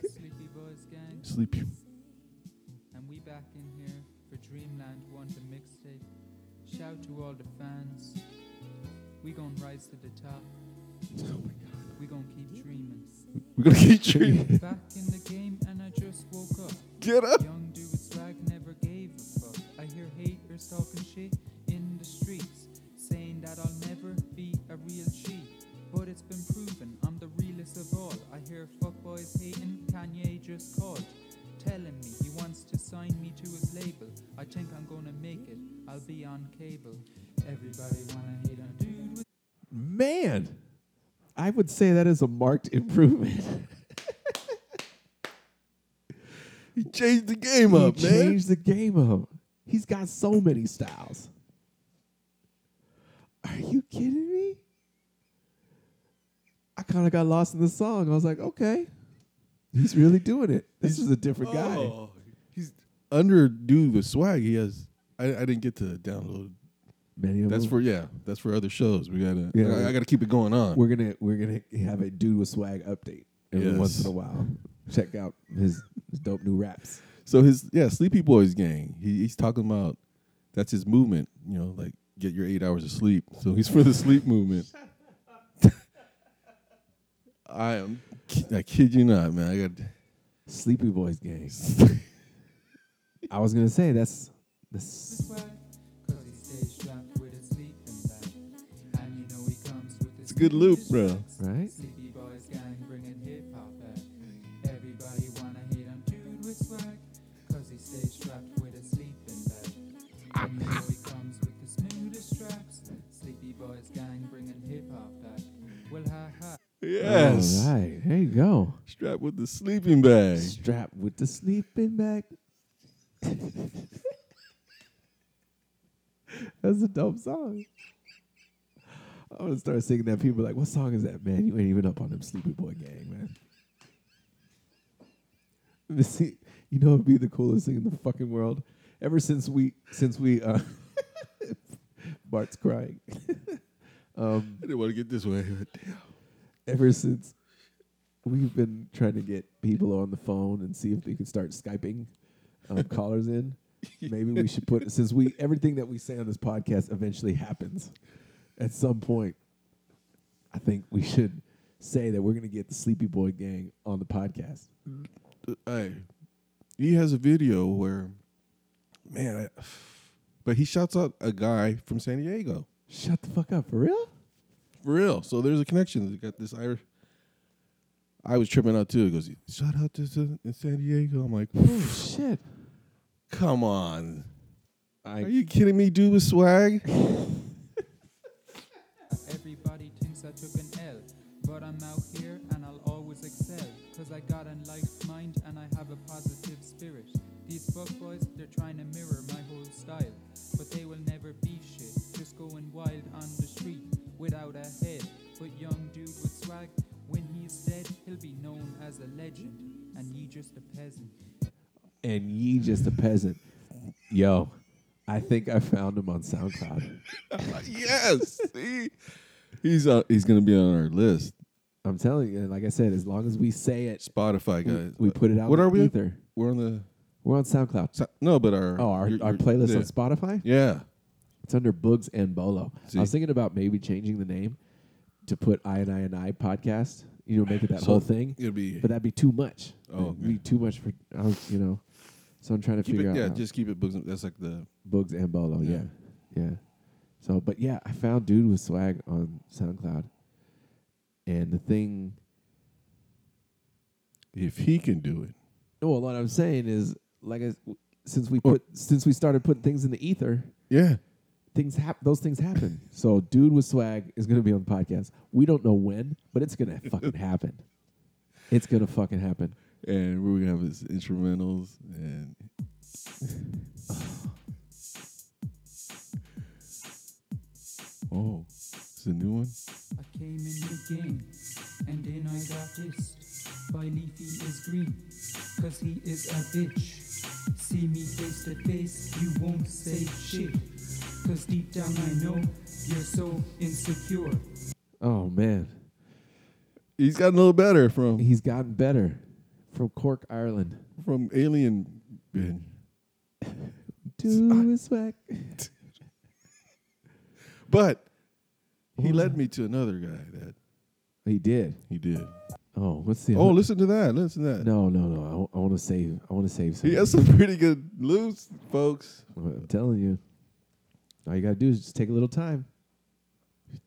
A: Sleepy.
L: And we back in here for Dreamland Wonder Mixtape. Shout to all the fans. We gon' rise to the top. We gon' keep dreaming.
A: We gonna keep dreaming.
L: Back in the game and I just woke up.
A: Get up.
L: Young dude with swag never gave a fuck. I hear haters talking shit in the streets, saying that I'll never be a real G. But it's been proven I'm the realest of all. I hear fuckboys hating. Kanye just called, telling me he wants to sign me to his label. I think I'm gonna make it. I'll be on cable. Everybody wanna hate on dude. with-
B: Man, I would say that is a marked improvement.
A: he changed the game
B: he
A: up, man.
B: Changed the game up. He's got so many styles. Are you kidding me? I kind of got lost in the song. I was like, okay, he's really doing it. This is a different guy.
A: Oh, he's under dude with swag. He has. I, I didn't get to download.
B: Many of
A: That's
B: them.
A: for yeah. That's for other shows. We gotta.
B: Yeah,
A: I, I
B: we-
A: gotta keep it going on.
B: We're gonna we're gonna have a dude with swag update every once
A: Yes.
B: in a while. Check out his, his dope new raps.
A: So his yeah, Sleepy Boys gang. He, he's talking about that's his movement. You know, like get your eight hours of sleep. So he's for the sleep movement. I am. I kid you not, man. I got.
B: Sleepy Boys gang. I was gonna say that's that's
L: Cause he stays strapped with his sleeping bag. And you know he comes with
A: It's
L: his
A: a good loop, bro.
B: right.
L: Sleepy boys gang bringing hip hop back. Everybody wanna hate on dude with swag. Cause he stays strapped with a sleeping bag. And you know he comes with the smoothest tracks. Sleepy boys gang bringing hip hop back. Well, ha ha.
A: Yes.
B: All right, there you go.
A: Strapped with the sleeping bag.
B: Strapped with the sleeping bag. That's a dope song. I'm gonna start singing that. People are like, what song is that, man? You ain't even up on them Sleepy Boy gang, man. But See, you know, it'd be the coolest thing in the fucking world. Ever since we, since we, uh, Bart's crying. um,
A: I didn't want to get this way, but damn.
B: ever since we've been trying to get people on the phone and see if they could start skyping um, callers in maybe we should put since we everything that we say on this podcast eventually happens at some point i think we should say that we're going to get the sleepy boy gang on the podcast
A: hey, he has a video where, man, I, but he shouts out a guy from San Diego.
B: Shut the fuck up, for real?
A: For real. So there's a connection. They got this Irish. I was tripping out too. He goes, shout out to San in San Diego. I'm like,
B: shit.
A: Come on. Are you kidding me, dude with swag?
L: Everybody thinks I took an L, but I'm out here and I'll always excel. Cause I got a like mind and I have a positive spirit. These fuckboys, they're trying to mirror my whole style, but they will never be shit. Just going wild on the street without a head. But young dude with swag, when he's dead, he'll be known as a legend. And ye just a peasant.
B: and ye just a peasant yo i think i found him on soundcloud
A: yes see he's uh, he's gonna be on our list
B: i'm telling you and like i said as long as we say it
A: spotify
B: we-
A: guys
B: we put it out
A: what
B: on
A: are we
B: ether.
A: we're on the
B: we're on soundcloud
A: no but our
B: oh our,
A: your-
B: our
A: your-
B: playlist on
A: yeah.
B: spotify
A: yeah
B: It's under Bugs and Bolo.
A: See.
B: I was thinking about maybe changing the name to put I and I and I podcast. You know, make it that
A: So
B: whole thing.
A: it'd be-
B: but that'd be too much.
A: Oh,
B: It'd be too much for I was, you know. So I'm trying to
A: keep
B: figure
A: it
B: out.
A: yeah
B: how-
A: just keep it books that's like the
B: Bugs and Bolo. Yeah. yeah, So, but yeah, I found dude with swag on SoundCloud, and the thing.
A: If he can do it.
B: Well, what I'm saying is, like, I, since we put since we started putting things in the ether,
A: yeah,
B: things hap- those things happen. so, dude with swag is going to be on the podcast. We don't know when, but it's going to fucking happen. It's going to fucking happen.
A: and we're gonna have his instrumentals and oh it's a new one
L: I came in the game, and then I got dissed by Leafy is green, cause he is a bitch. See me face to face, you won't say shit, cause deep down I know you're so insecure.
B: Oh man,
A: he's gotten a little better from
B: he's gotten better from Cork, Ireland,
A: from Alien Ben.
B: Dude with swag.
A: But he led me to another guy that
B: He did.
A: He did.
B: Oh, what's the?
A: Oh,
B: other-
A: listen to that. Listen to that.
B: No, no, no. I want to save. I want to save. Some.
A: He has some pretty good loops, folks.
B: I'm telling you. All you gotta do is just take a little time.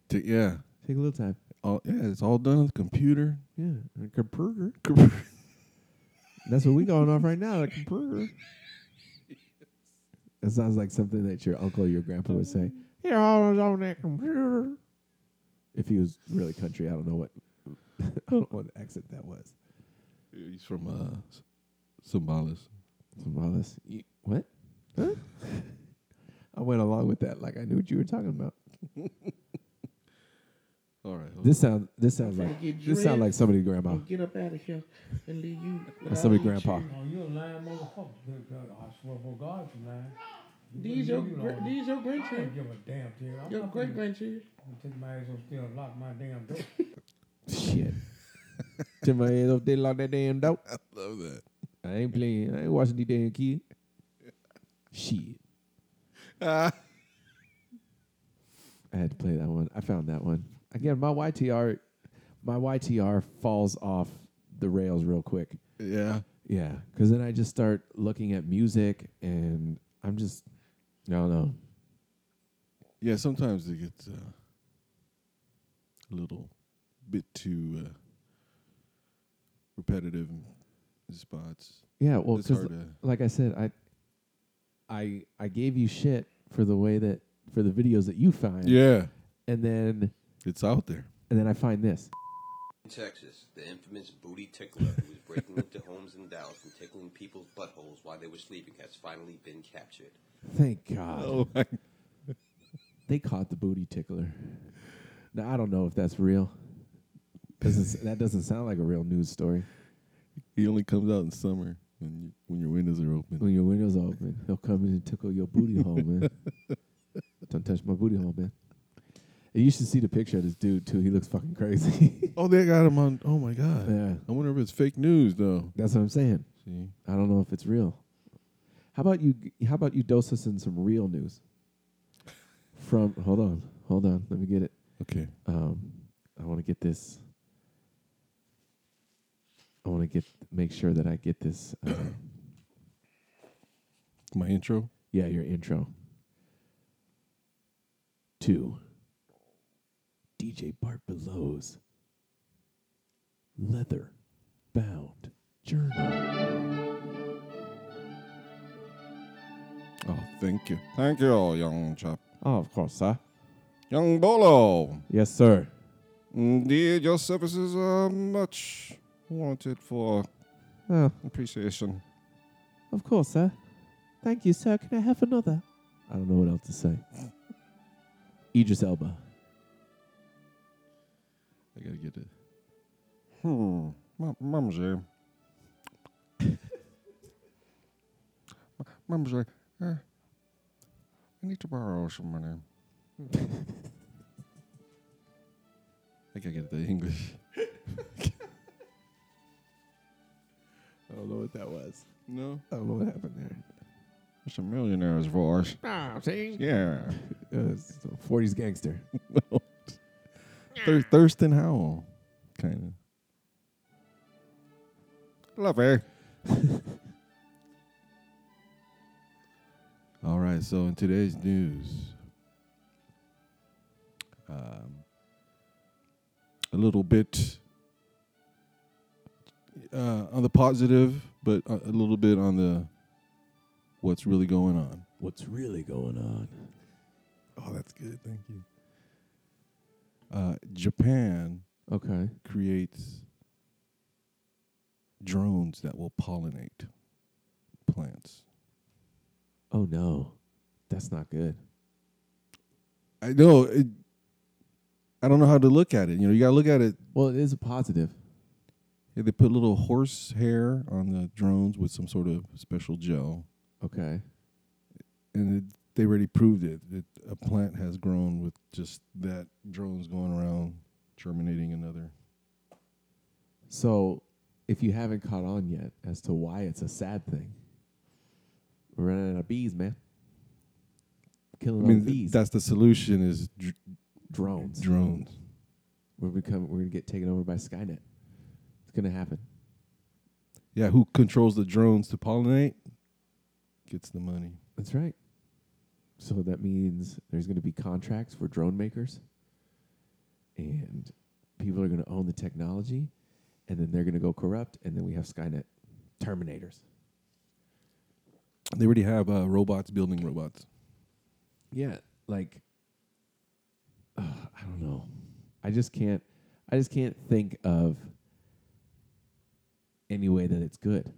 A: T- yeah.
B: Take a little time.
A: All, yeah, it's all done on the computer.
B: Yeah, a computer. That's what we going off right now. A computer. That sounds like something that your uncle or your grandpa would say You're always on that computer. if he was really country. I don't know what. I don't know what accent that was.
A: He's from uh, S- Sambales.
B: Sambales. What? Huh? I went along with that like I knew what you were talking about.
A: All right. hold
B: This
A: on.
B: sound. This sounds
M: Finna
B: like.
M: get
B: This sound like
M: dressed
B: somebody's grandma.
M: and Get up out of here and leave you.
B: Or somebody
M: without
B: grandpa.
M: you.
K: Oh, you a lying motherfucker. Good God, I swear for God, you lying.
M: These
K: You-
M: your
K: you
M: gra-
K: lying.
M: these your
K: I don't
M: grandchildren.
K: give a damn thing. I'm
M: Your
K: fucking-
M: great-grandchildren.
K: I'm gonna take my ass upstairs and lock my damn door.
B: Shit. to my head up, they lock that damn dope. I
A: love that.
B: I ain't playing. I ain't watching the damn kid. Shit.
A: Ah.
B: I had to play that one. I found that one. Again, my YTR my YTR falls off the rails real quick.
A: Yeah.
B: Yeah. Cause then I just start looking at music and I'm just I don't know.
A: Yeah, sometimes it gets uh, a little bit too uh, repetitive in spots.
B: Yeah, well,
A: it's
B: because
A: hard to.
B: like I said, I, I, I gave you shit for the way that for the videos that you find.
A: Yeah.
B: and then
A: it's out there.
B: And then I find this.
N: In Texas, the infamous booty tickler who was breaking into homes in Dallas and tickling people's buttholes while they were sleeping has finally been captured.
B: Thank God.
A: Oh my.
B: They caught the booty tickler. Now I don't know if that's real. Because that doesn't sound like a real news story.
A: He only comes out in summer when you, when your windows are open.
B: When your windows are open, he'll come in and tickle your booty hole, man. Don't touch my booty hole, man. And you should see the picture of this dude too. He looks fucking crazy.
A: oh, they got him on. Oh my god.
B: yeah,
A: I wonder if it's fake news though.
B: that's what I'm saying.
A: See,
B: I don't know if it's real. How about you? How about you dose us in some real news? From hold on, hold on. Let me get it.
A: Okay.
B: Um, I want to get this. I want to get make sure that I get this. Uh,
A: my intro.
B: Yeah, your intro. To DJ Bart Below's leather bound journal.
A: Oh, thank you, thank you, young chap.
B: Oh, of course, sir.
A: Young Bolo.
B: Yes, sir.
A: Indeed, your services are much wanted for
B: Oh,
A: appreciation.
B: of course, sir. Thank you, sir. Can I have another? I don't know what else to say. Idris Elba.
A: I gotta get it. Hmm. Ma- Mumsy. Ma- Mumsy, uh, I need to borrow some money. I think I get the English.
B: I don't know what that was.
A: No.
B: I don't know what happened there.
A: It's a millionaire's voice.
B: Ah, see?
A: Yeah.
B: Uh, it's a 40s gangster.
A: Thur- Thurston Howell, kind of. Love her. All right. So in today's news, um, a little bit uh, on the positive, but uh, a, a little bit on the what's really going on.
B: What's really going on?
A: Oh, that's good. Thank you. Uh, Japan
B: Okay.
A: creates drones that will pollinate plants.
B: Oh no, that's not good.
A: I know. It, I don't know how to look at it. You know, you gotta look at it.
B: Well, it is a positive.
A: Yeah, they put little horse hair on the drones with some sort of special gel,
B: Okay.
A: and it, they already proved it. It a plant has grown with just that drones going around germinating another.
B: So, if you haven't caught on yet as to why it's a sad thing, we're running out of bees, man. Killing
A: I
B: all
A: mean,
B: the
A: th-
B: bees.
A: that's the solution is dr-
B: drones.
A: drones.
B: We're become. We're gonna get taken over by Skynet. It's gonna happen.
A: Yeah, who controls the drones to pollinate gets the money.
B: That's right. So that means there's going to be contracts for drone makers, and people are going to own the technology, and then they're going to go corrupt, and then we have Skynet, Terminators.
A: They already have uh, robots building robots.
B: Yeah, like ugh, I don't know. I just can't. I just can't think of any way that it's good.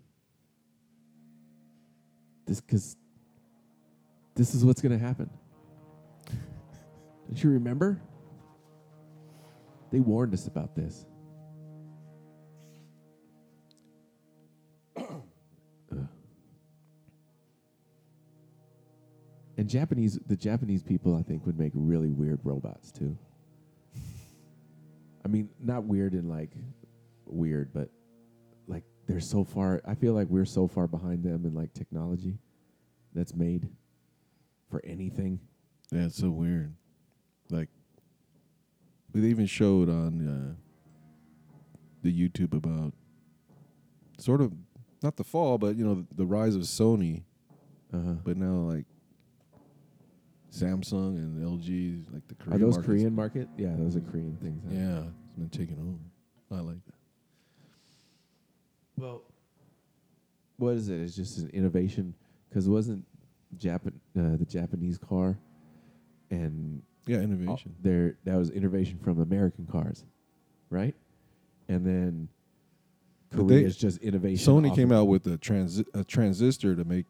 B: This because this is what's going to happen. Don't you remember? They warned us about this. Ugh. And Japanese, the Japanese people, I think, would make really weird robots too. I mean, not weird in like weird, but like they're so far. I feel like we're so far behind them in like technology that's made for anything.
A: Yeah, it's so weird. Like, they even showed on uh, the YouTube about sort of not the fall, but you know the, rise of Sony,
B: Uh-huh.
A: but now like Samsung and LG, like the Korean
B: Are those
A: market's-
B: Korean market? Yeah, those are Korean things. huh?
A: Yeah, it's been taken over. I like that.
B: Well, what is it? It's just an innovation because wasn't Japan uh, the Japanese car and
A: Yeah,
B: all-
A: innovation.
B: there that was innovation from American cars, right? And then
A: But
B: Korea
A: they-
B: is just innovation.
A: Sony
B: off
A: came
B: of-
A: out with a, transi- a transistor to make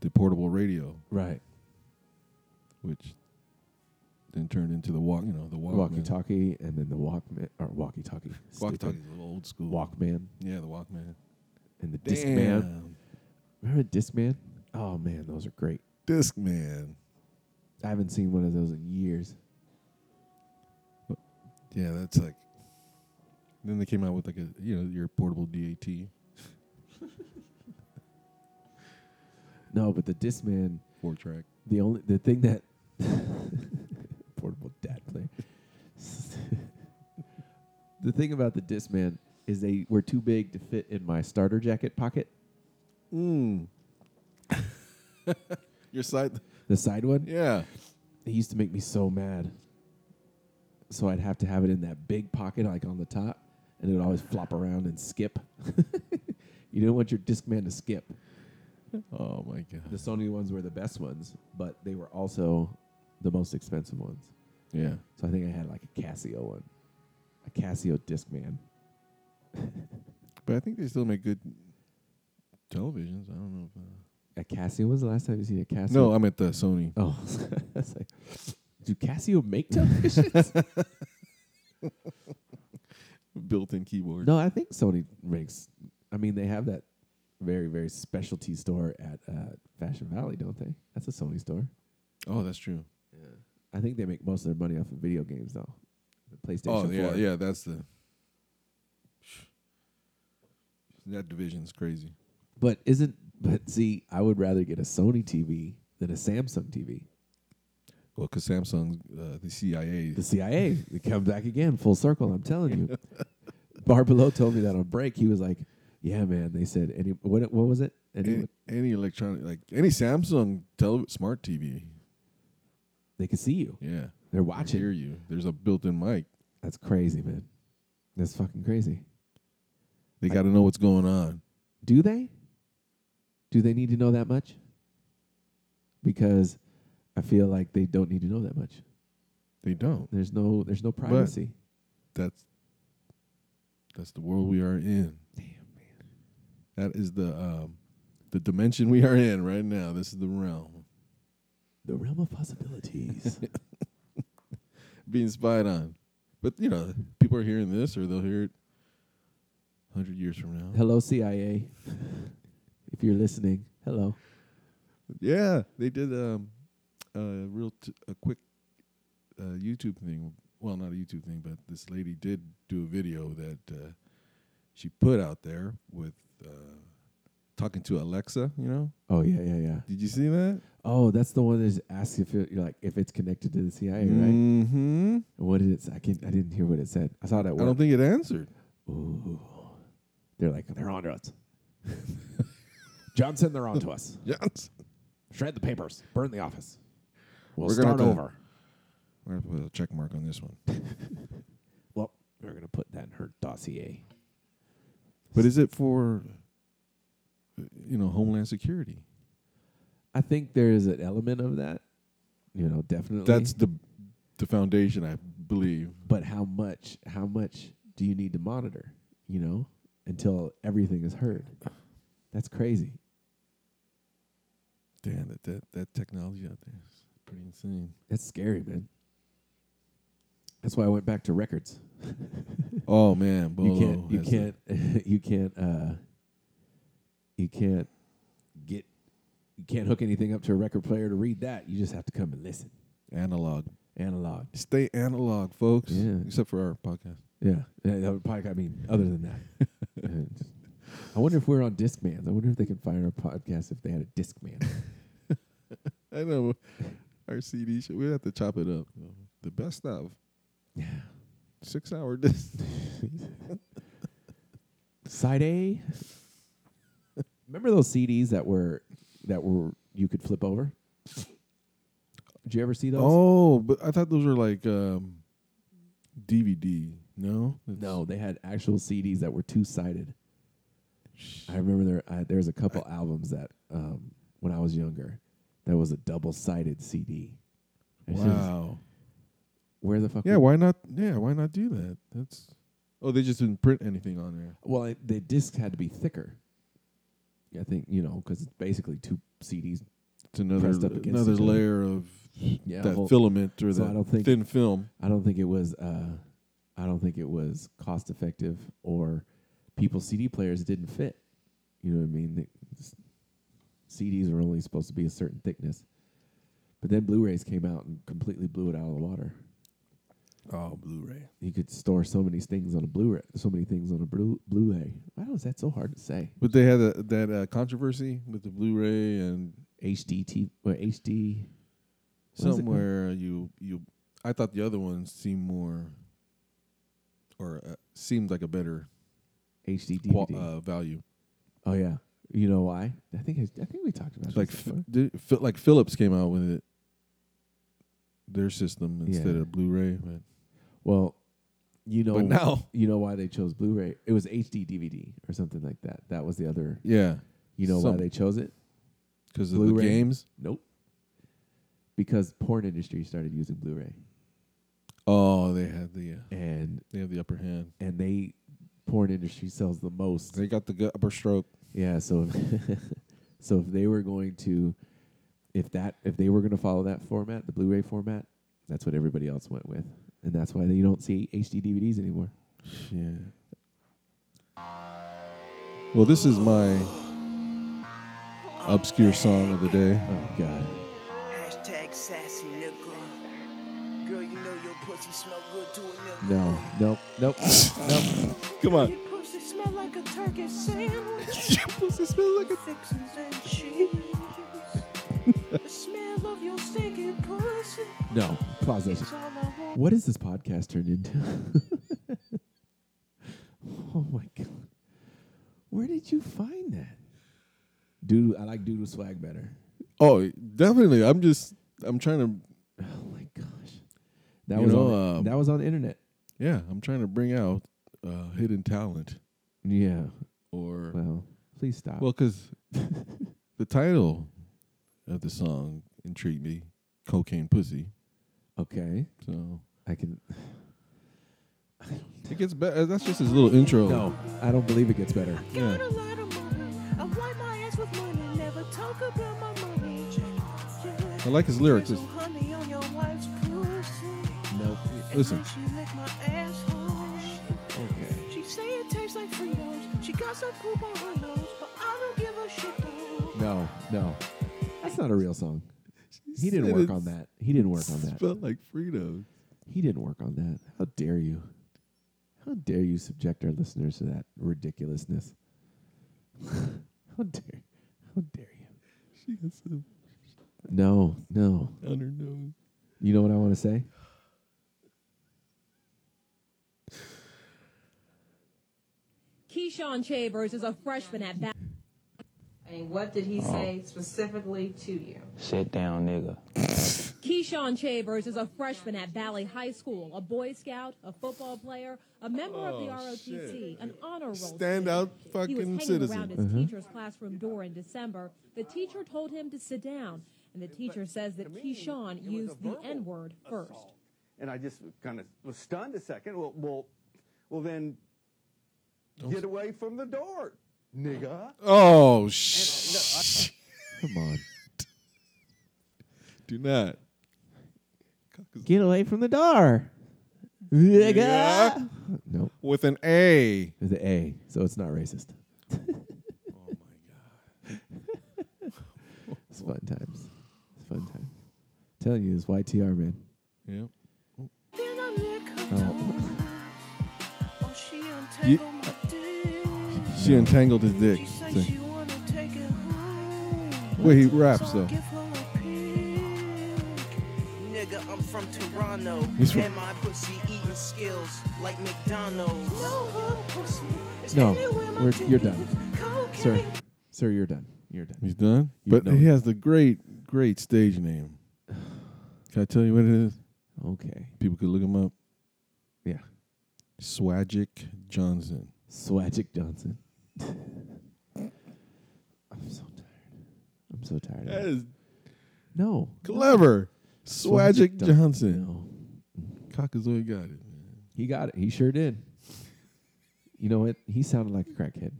A: the portable radio,
B: right
A: which then turned into the walk, you know, the Walkman.
B: walkie-talkie, and then the Walkman or walkie-talkie,
A: Walkie
B: stupid.
A: talkie, old school.
B: Walkman,
A: Yeah, the Walkman.
B: and the Discman.
A: Damn.
B: Remember Discman? Oh man, those are great.
A: Discman.
B: I haven't seen one of those in years.
A: Yeah, that's like. Then they came out with like a you know your portable DAT.
B: No, but the Discman
A: four track.
B: The only the thing that portable dad player. the thing about the Discman is they were too big to fit in my starter jacket pocket.
A: Mm. your side.
B: The side one?
A: Yeah.
B: It used to make me so mad. So I'd have to have it in that big pocket, like on the top, and it would always flop around and skip. you didn't want your Discman to skip.
A: Oh my god.
B: The Sony ones were the best ones, but they were also the most expensive ones.
A: Yeah.
B: So I think I had like a Casio one, a Casio Discman.
A: But I think they still make good televisions. I don't know. If, uh,
B: a Casio. When was the last time you seen a Casio?
A: No, I'm at the Sony.
B: Oh, that's like, do Casio make televisions?
A: Built-in keyboard.
B: no, I think Sony makes. I mean, they have that very very specialty store at uh, Fashion Valley, don't they? That's a Sony store.
A: Oh, that's true.
B: Yeah. I think they make most of their money off of video games though. The PlayStation
A: oh yeah,
B: 4.
A: yeah. That's the. That division's crazy.
B: But isn't but see, I would rather get a Sony TV than a Samsung TV.
A: Well, because Samsung, uh, the CIA,
B: The CIA, they come back again, full circle. I'm telling you, Barbalo told me that on break. He was like, "Yeah, man." They said, "Any what? What was it?
A: any,
B: Any,
A: any electronic, like any Samsung tele- smart TV,
B: they can see you.
A: yeah,
B: They're watching.
A: hear you. There's a built-in mic.
B: That's crazy, man. That's fucking crazy.
A: They got to know what's going on.
B: Do they? Do they need to know that much? Because I feel like they don't need to know that much.
A: They don't.
B: There's no there's no privacy.
A: That's that's the world we are in. Damn man, that is the um, the dimension we are in right now. This is the realm
B: the realm of possibilities.
A: being spied on. But you know, people are hearing this, or they'll hear it hundred years from now.
B: hello CIA. if you're listening, hello.
A: Yeah, they did um, a real t- a quick uh, YouTube thing. Well, not a YouTube thing, but this lady did do a video that uh, she put out there with uh, talking to Alexa. You know,
B: Oh yeah, yeah, yeah.
A: did you see that?
B: Oh, that's the one that's asks if it, you're like if it's connected to the CIA, right?
A: Mm-hmm.
B: What did it say? I can I didn't hear what it said. I saw that
A: I don't
B: one.
A: think it answered.
B: Ooh. They're like, they're on to us. Johnson, they're on to us.
A: Yes.
B: Shred the papers. Burn the office. We'll
A: We're gonna
B: start
A: have to-
B: over.
A: We're gonna put a check mark on this one.
B: Well, we're gonna put that in her dossier.
A: but is it for uh, you know Homeland Security?
B: I think there is an element of that. You know, definitely.
A: That's the the foundation, I believe.
B: but how much how much do you need to monitor you know until everything is heard that's crazy
A: Damn, that that, that technology out there is pretty insane.
B: that's scary man that's why i went back to records
A: Oh man, Bolo
B: you can't you
A: has a-
B: can't you can't uh you can't get you can't hook anything up to a record player to read that you just have to come and listen
A: analog.
B: analog
A: Stay analog, folks.
B: Yeah.
A: Except for our podcast.
B: yeah Yeah, that would probably i mean other than that Yeah, just- i wonder if we're on discmans i wonder if they could find our podcast if they had a discman
A: I know our CD show. We have to chop it up. The best of
B: yeah
A: six hour disc.
B: Side A. Remember those CDs that were that were you could flip over? Did you ever see those?
A: Oh, but I thought those were like um, DVD. No,
B: No, they had actual CDs that were two sided. I remember there I, there was a couple albums that um, when I was younger, that was a double sided CD. It's just,
A: Wow.
B: where the fuck?
A: Yeah.
B: were-
A: Why not? Yeah. Why not do that? That's. Oh, they just didn't print anything on there.
B: Well, it, the discs had to be thicker. I think you know because it's basically two CDs.
A: It's another
B: Pressed up against
A: another
B: each other.
A: layer of
B: Yeah,
A: that
B: well,
A: filament or
B: so I don't
A: that
B: think-
A: thin film.
B: I don't think it was. Uh, I don't think it was cost effective, or people's CD players didn't fit. You know what I mean? The- s- CDs were only supposed to be a certain thickness, But then Blu-rays came out and completely blew it out of the water.
A: Oh, Blu-ray.
B: You could store so many things on a Blu-ray, so many things on a Blu- Blu-ray. Why is that so hard to say?
A: But they had a, that uh, controversy with the Blu-ray and
B: HDT or HD what is it called?
A: somewhere. You you, I thought the other one seemed more, or uh, seemed like a better
B: HD DVD.
A: uh, value.
B: Oh yeah, you know why? I think I, I think we talked about
A: Like
B: this
A: f-
B: before.
A: di- Phil- like Philips came out with it, their system instead
B: Yeah.
A: of Blu-ray. But
B: Well, you know,
A: But now-
B: you know why they chose Blu-ray. It was HD DVD or something like that. That was the other.
A: Yeah.
B: You know
A: Some-
B: why they chose it?
A: 'Cause of the games?
B: Nope. Because porn industry started using Blu-ray.
A: Oh, they had the uh,
B: and
A: they have the upper hand,
B: and they porn industry sells the most.
A: They got the gu- upper stroke.
B: Yeah, so so if they were going to if that if they were going to follow that format, the Blu-ray format, that's what everybody else went with. And that's why you don't see HD DVDs anymore.
A: Yeah. Well, this is my obscure song of the day.
B: Oh God.
E: Hashtag sassy nigga. Girl, you know your pussy smell good to a nigga.
B: No, nope, nope, nope.
A: Come on.
E: Your pussy smell like a turkey sandwich. your pussy smell like a fixins and cheese. the smell of your stinky pussy.
B: No, closet.
E: It's all I want.
B: What is this podcast turned into? oh my god. Where did you find that? Dude, I like doodle swag better.
A: Oh, definitely. I'm just I'm trying to.
B: Oh my gosh. That
A: You
B: was
A: know,
B: on,
A: um,
B: that was on the internet.
A: Yeah, I'm trying to bring out uh, hidden talent.
B: Yeah.
A: Or
B: well, please stop.
A: Well, because the title of the song intrigued me, "Cocaine Pussy."
B: Okay.
A: So
B: I can.
A: It gets better. That's just his little intro.
B: No, I don't believe it gets better.
A: Yeah.
E: Got a lot of money. I wipe my ass with money. Never talk about my money.
A: I like his lyrics. It's-
E: Honey on your wife's pussy.
B: Nope.
A: Listen.
E: She licked my asshole.
B: Okay.
E: She say it tastes like Fritos. She got some poop on her nose, but I don't give a shit though.
B: No, no, that's not a real song. He
A: said
B: didn't work
A: it
B: on that. He didn't work on that.
A: Felt like Fritos.
B: He didn't work on that. How dare you? How dare you subject our listeners to that ridiculousness? how dare? How dare you?
A: She got some
B: No, no.
A: on her nose.
B: You know what I want to say?
O: Keyshawn Chambers is a freshman at that.
P: And what did he say specifically to you?
Q: Oh. Sit down, nigga.
O: Keyshawn Chambers is a freshman at Valley High School, a Boy Scout, a football player, a member of the
A: Oh,
O: ROTC,
A: shit.
O: an honor roll. student.
A: Standout
O: He was
A: fucking
O: hanging
A: citizen.
O: around his teacher's classroom door in December. The teacher told him to sit down, and the teacher says that Keyshawn used the N word first.
R: And I just kind of was stunned a second. Well, well, well then get away from the door, nigga.
A: Oh sh!
B: Come on.
A: Do not.
B: Get away from the door.
A: Yeah.
B: Nope.
A: With an A.
B: With an A, so it's not racist. oh my god. it's fun times. It's fun times. Telling you, this YTR man.
A: Yep.
E: Then I lick her
B: Oh.
E: toe. Oh, she untangle my dick.
A: She entangled his dick.
E: She say
A: So-
E: she wanna take it home.
A: Wait, he raps,
E: So I
A: though.
E: give her a pick. Nigga, I'm from Toronto.
A: He's from-
E: and my pussy eating skills like McDonald's. No, her pussy is
B: No,
E: anywhere my
B: we're,
E: dick
B: you're
E: is.
B: done, sir. Sir, you're done. You're done.
A: He's done.
B: You
A: but
B: know
A: he
B: it.
A: has the great, great stage name. Can I tell you what it is?
B: Okay.
A: People could look him up.
B: Yeah.
A: Swagic Johnson.
B: Swagic Johnson. I'm so tired. I'm so tired. of
A: That is
B: no.
A: clever. Swagic
B: Swagic Johnson.
A: Johnson. Cockazoid got it.
B: He got it. He sure did. You know what? He sounded like a crackhead.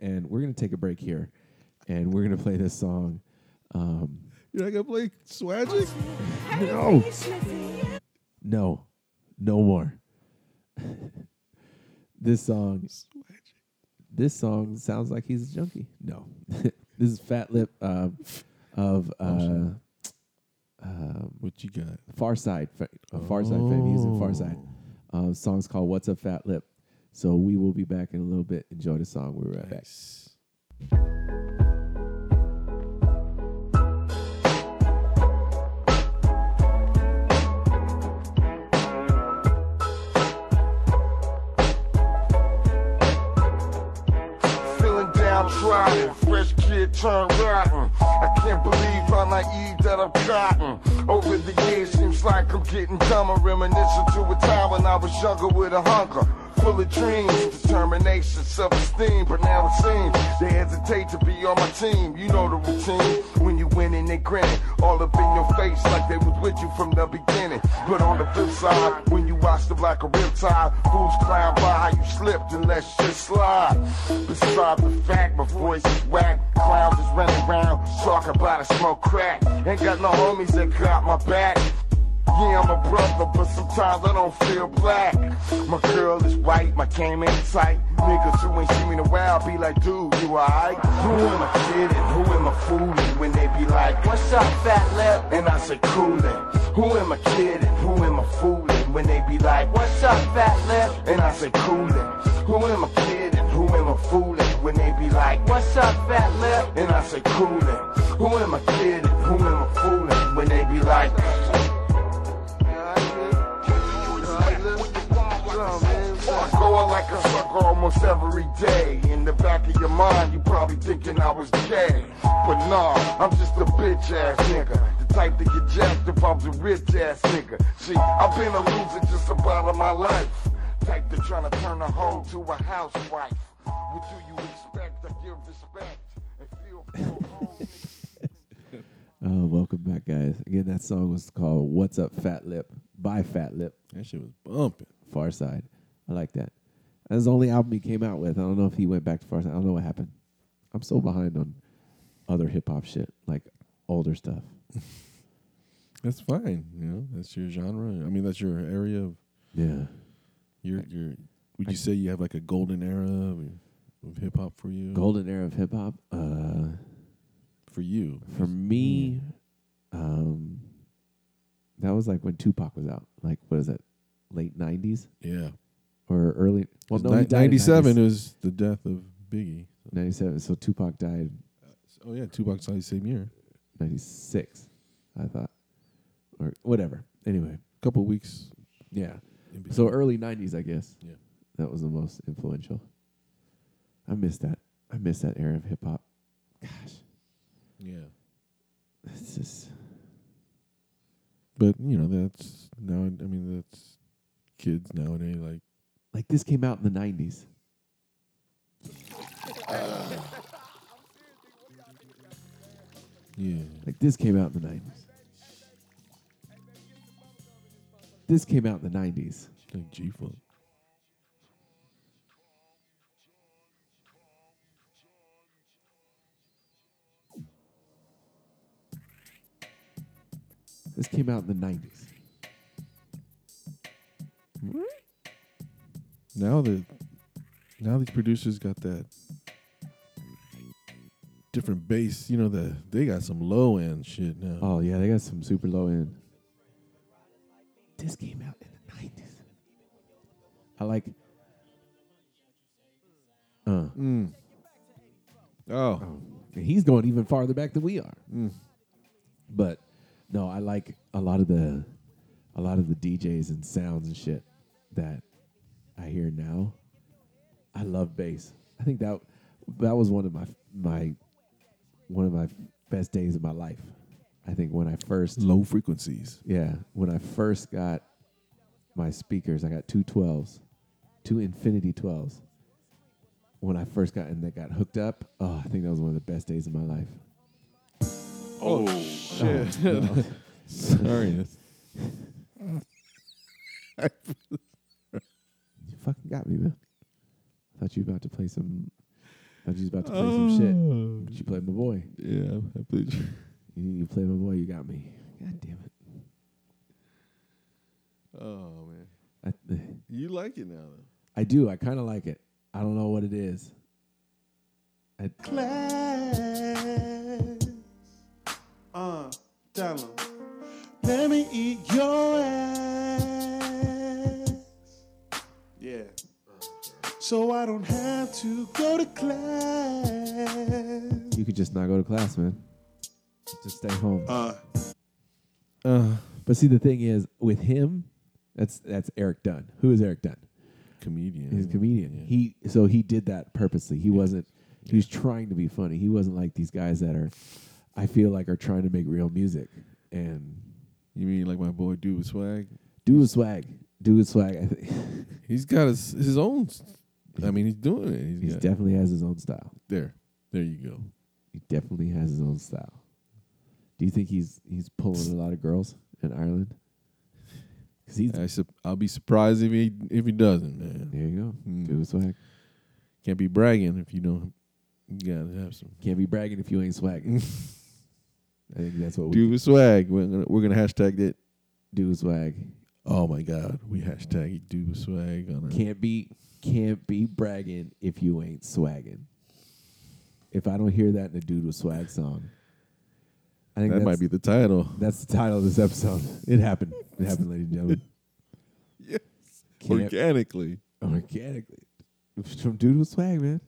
B: And we're going to take a break here. And we're going to play this song. Um,
A: You're not gonna play Swagic?
B: No. no, no more. this song. This song sounds like he's a junkie. No. this is Fat Lip uh, of. Uh, uh, Um,
A: what you got?
B: Far Side, fa- a Far Side fan. He was in Far Side.
A: Oh.
B: Um, song's called "What's a Fat Lip." So we will be back in a little bit. Enjoy the song. We're right
A: back.
Q: Feeling downtrodden, fresh kid turned rotten. I can't believe how naive that I've gotten. Over the years, seems like I'm getting dumber. Reminiscent to a time when I was younger with a hunger. Full of dreams, determination, self-esteem, but now it seems they hesitate to be on my team. You know the routine. When you winning, they grinning all up in your face like they was with you from the beginning. But on the flip side, when you watch them like a riptide, fools climb by how you slipped and let shit slide. Beside the fact, my voice is whack. Clowns is running around, talking about a smoke crack. Ain't got no homies that got my back. Yeah, I'm a brother, but sometimes I don't feel black. My girl is white, my game ain't tight. Niggas who ain't seen me in a while be like, dude, you alright? Who am I kidding? Who am I fooling? When they be like, what's up, fat lip? And I say, coolin'. Who am I kidding? Who am I fooling? When they be like, what's up, fat lip? And I say, coolin'. Who am I kidding? Who am I fooling? When they be like, what's up, fat lip? And I say, coolin'. Who am I kidding? Who am I fooling? When they be like, I go out like a sucker almost every day. In the back of your mind, you probably thinking I was gay. But nah, I'm just a bitch ass nigga. The type to get jacked if I'm the rich ass nigga. See, I've been a loser just about all my life. Type to tryna turn a hoe to a housewife. What do you expect? I give respect and feel for a hoe.
B: Oh, welcome back, guys. Again, that song was called "What's Up, Fat Lip" by Fat Lip.
A: That shit was bumping.
B: Far Side, I like that. That's the only album he came out with. I don't know if he went back to Far Side. I don't know what happened. I'm so behind on other hip hop shit, like older stuff.
A: That's fine. You know, that's your genre. I mean, that's your area of.
B: Yeah.
A: Your your. Would you say you have like a golden era of, of hip hop for you?
B: Golden era of hip hop. Uh,
A: for you,
B: for me, um, that was like when Tupac was out. Like, what is it? Late '90s.
A: Yeah.
B: Or early. Well, no, he
A: Ni-
B: died in
A: 97
B: 90s.
A: is the death of Biggie.
B: '97. So Tupac died
A: Oh yeah, Tupac died the same year.
B: '96, I thought, or whatever. Anyway,
A: a couple weeks.
B: Yeah.
A: in between.
B: So early '90s, I guess.
A: Yeah.
B: That was the most influential. I miss that. I miss that era of hip hop.
A: Yeah.
B: It's just
A: But you know that's now. I mean that's kids nowadays. Like
B: like this came out in the '90s.
A: yeah.
B: Like this came out in the nineties. This came out in the nineties.
A: Like G Funk.
B: This came out in the nineties.
A: now the now these producers got that different bass. You know the they got some low end shit now.
B: Oh yeah, they got some super low end. This came out in the nineties. I like. Uh.
A: Mm. Oh.
B: And he's going even farther back than we are. But no, I like a lot of the a lot of the DJs and sounds and shit that I hear now. I love bass. I think that that was one of my my one of my best days of my life. I think when I first
A: low frequencies.
B: Yeah, when I first got my speakers, I got two 12s, two Infinity 12s. When I first got and they got hooked up, oh, I think that was one of the best days of my life.
A: Oh, shit.
B: Oh, no.
A: Sorry.
B: You fucking got me, man. I thought you were about to play some. I thought you was about to play
A: Oh.
B: some shit. But you played my boy.
A: Yeah, I played you.
B: You, you played my boy. You got me. God damn it.
A: Oh man,
B: I,
A: you like it now? Though.
B: I do. I kind of like it. I don't know what it is. I,
E: Class. Uh, tell 'em.
S: Let me eat your ass.
H: Yeah.
S: So I don't have to go to class.
B: You could just not go to class, man. Just stay home. Uh,
H: Uh.
B: but see, the thing is, with him, that's that's Eric Dunn. Who is Eric Dunn?
A: Comedian.
B: He's a comedian. He so he did that purposely. He wasn't. He was trying to be funny. He wasn't like these guys that are. I feel like are trying to make real music. And
A: you mean like my boy Dude with Swag?
B: Dude with Swag. Dude with Swag. I think
A: he's got his his own. s- I mean, he's doing it. He's
B: he
A: got-
B: definitely has his own style.
A: there. There you go.
B: He definitely has his own style. Do you think he's he's pulling a lot of girls in Ireland?
A: I sup- I'll be surprised if he if he doesn't, man. Hmm.
B: There you go.
A: Mm.
B: Do it swag.
A: Can't be bragging if you don't. You gotta have some.
B: Can't be bragging if you ain't swagging. I think that's what we
A: Do with swag. We're gonna, we're gonna hashtag that.
B: Do with swag.
A: Oh my God, we hashtag do with swag on our
B: Can't be can't be bragging if you ain't swagging. If I don't hear that in a dude with swag song, I think
A: That might
B: that's-
A: be the title.
B: That's the title of this episode. It happened. It happened, ladies and gentlemen.
A: Yes.
B: Can't-
A: Organically.
B: Organically. From dude with swag, man.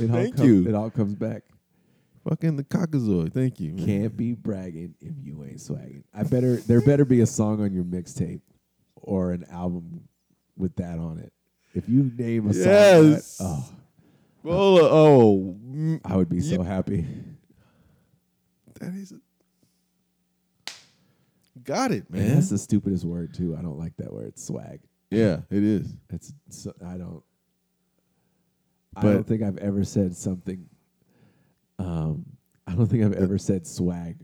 B: It all
A: Thank
B: come-
A: you.
B: It all comes back.
A: Fucking the cockazoid. Thank you. Man.
B: Can't be bragging if you ain't swagging. I better there better be a song on your mixtape or an album with that on it. If you name a song, that-
A: Yes.
B: oh,
A: Well, uh, oh, mm,
B: I would be so
A: you-
B: happy.
A: That is. Got it,
B: Man,
A: man.
B: that's the stupidest word too. I don't like that word, swag.
A: yeah, it is.
B: It's so, I don't. I
A: But-
B: don't think I've ever said something. Um, I don't think I've ever said swag.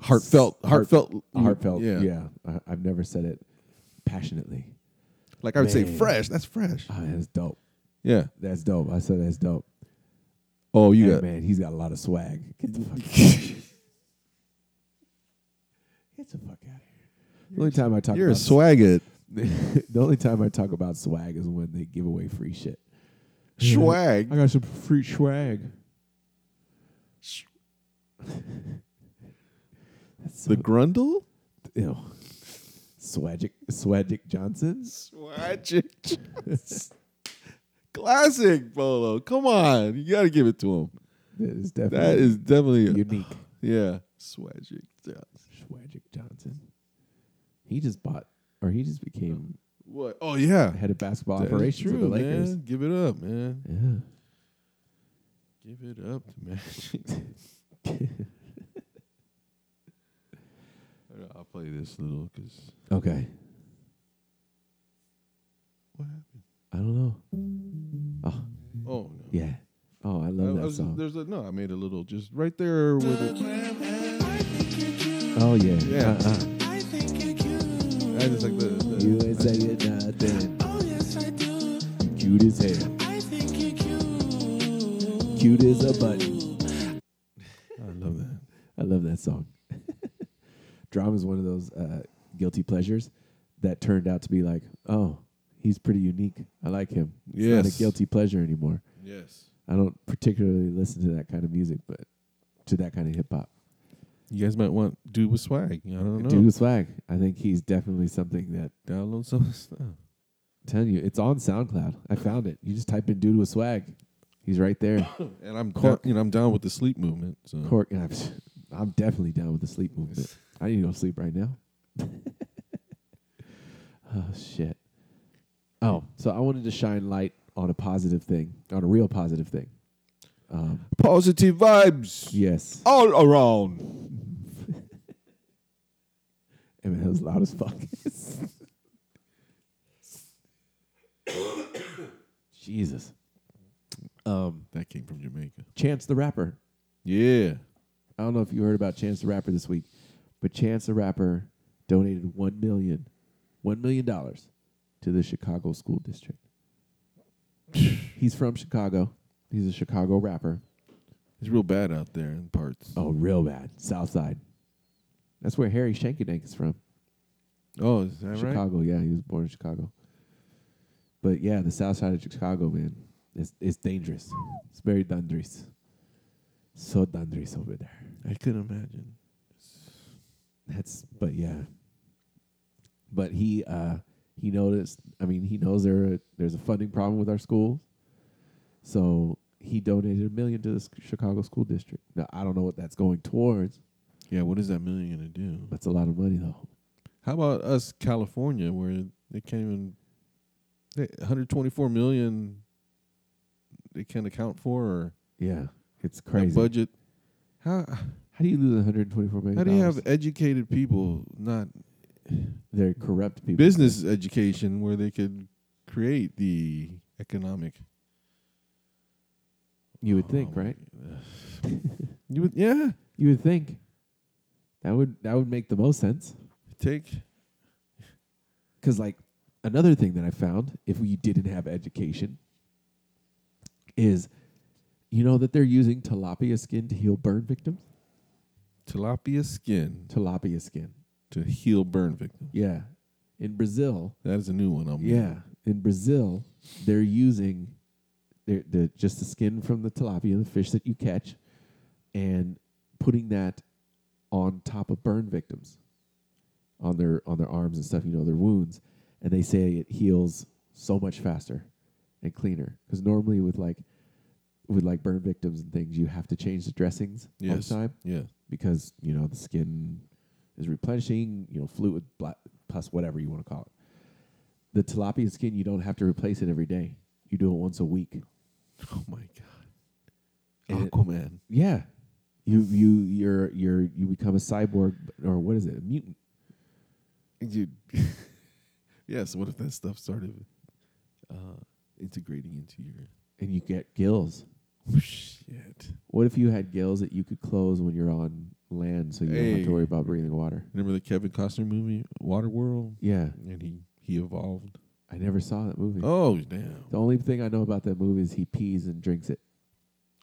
A: Heartfelt-
B: S-
A: heartfelt-
B: heartfelt.
A: yeah.
B: Yeah, I, I've never said it passionately.
A: Like I would say
B: Man.
A: fresh. That's fresh.
B: Ah, that's dope.
A: Yeah.
B: That's dope. I said that's dope.
A: Oh, you
B: Hey,
A: got
B: man. He's got a lot of swag. Get the fuck. Out of here. Get the fuck out of here. The only time I talk
A: You're a
B: about
A: swagget.
B: the only time I talk about swag is when they give away free shit.
A: Swag.
B: I got some free swag.
A: the Grundle.
B: Ew. Swagic Swagic Johnson.
A: Swagic Classic Bolo. Come on. You got to give it to him.
B: That is definitely
A: That is definitely
B: unique.
A: yeah. Swagic Johnson.
B: Swagic Johnson. He just bought, or he just became
A: What? Oh, yeah.
B: head of basketball
A: That is
B: operations for the
A: true,
B: Lakers.
A: man. Give it up, man.
B: Yeah.
A: Give it up, man. I'll play this little because
B: Okay.
A: what happened?
B: I don't know. Oh,
A: Oh no.
B: yeah. Oh, I
A: I
B: love that
A: was-
B: song.
A: there's a no. I made a little just right there with it.
B: Oh yeah.
A: Yeah.
B: Uh-uh.
A: I just like the, the
B: You ain't saying nothing. Oh yes I do. Cute as hell. I think you're cute. Cute as a button.
A: I love that.
B: I love that song. Drama is one of those uh, guilty pleasures that turned out to be like, oh, he's pretty unique. I like him. It's not
A: Yes.
B: a guilty pleasure anymore.
A: Yes.
B: I don't particularly listen to that kind of music, but to that kind of hip hop.
A: You guys might want dude with swag. I don't know.
B: Dude with swag. I think he's definitely something that
A: Download some of his stuff.
B: telling you, it's on SoundCloud. I found it. You just type in dude with swag. He's right there.
A: And I'm
B: Cork.
A: down, you know I'm down with the sleep movement. So
B: Cork, I'm, I'm definitely down with the sleep movement. I need to go to sleep right now. oh shit. Oh, so I wanted to shine light on a positive thing, on a real positive thing. Um,
A: positive vibes
B: yes.
A: all around.
B: I mean, that was loud as fuck. Jesus. Um,
A: That came from Jamaica.
B: Chance the Rapper.
A: Yeah.
B: I don't know if you heard about Chance the Rapper this week, but Chance the Rapper donated one million, one million dollars to the Chicago school district. He's from Chicago. He's a Chicago rapper.
A: It's real bad out there in parts.
B: Oh, real bad. South Side. That's where Harry Shankadank is from.
A: Oh, is that right?
B: Chicago, yeah, he was born in Chicago. But yeah, the South Side of Chicago, man, it's it's dangerous. It's very dangerous. So dangerous over there.
A: I couldn't imagine.
B: That's but yeah. But he uh he noticed I mean he knows there there's a funding problem with our schools. So he donated a million to the Sch- Chicago school district. Now I don't know what that's going towards.
A: Yeah, what is that million gonna do?
B: That's a lot of money though.
A: How about us, California, where they can't even they, 124 million they can't account for? Or
B: Yeah. It's
A: that
B: crazy.
A: budget. How
B: how do you lose 124 million?
A: How do you have educated people not
B: they're corrupt people?
A: business education where they could create the economic?
B: You would
A: Oh,
B: think, right?
A: you would yeah.
B: You would think. That would that would make the most sense.
A: Take
B: Because like another thing that I found, if we didn't have education, is you know that they're using tilapia skin to heal burn victims.
A: tilapia skin
B: Tilapia skin.
A: to heal burn victims.
B: Yeah, in Brazil.
A: That is a new one. I'm
B: Yeah, in Brazil, they're using their, the just the skin from the tilapia, the fish that you catch, and putting that on top of burn victims, on their on their arms and stuff. You know their wounds, and they say it heals so much faster and cleaner. Because normally with like with like burn victims and things, you have to change the dressings all the
A: Yes,
B: time.
A: yeah.
B: because you know the skin is replenishing. You know fluid bla- plus whatever you want to call it the tilapia skin you don't have to replace it every day. You do it once a week.
A: Oh my god.
B: And it-
A: Aquaman.
B: yeah. You you you're you're you become a cyborg or what is it? A mutant.
A: You Yes, what if that stuff started uh, integrating into your
B: and you get gills.
A: shit?
B: What if you had gills that you could close when you're on land so you don't have
A: Hey.
B: to worry about breathing water?
A: Remember the Kevin Costner movie Waterworld?
B: Yeah.
A: and he he evolved.
B: I never saw that movie.
A: Oh damn!
B: The only thing I know about that movie is he pees and drinks it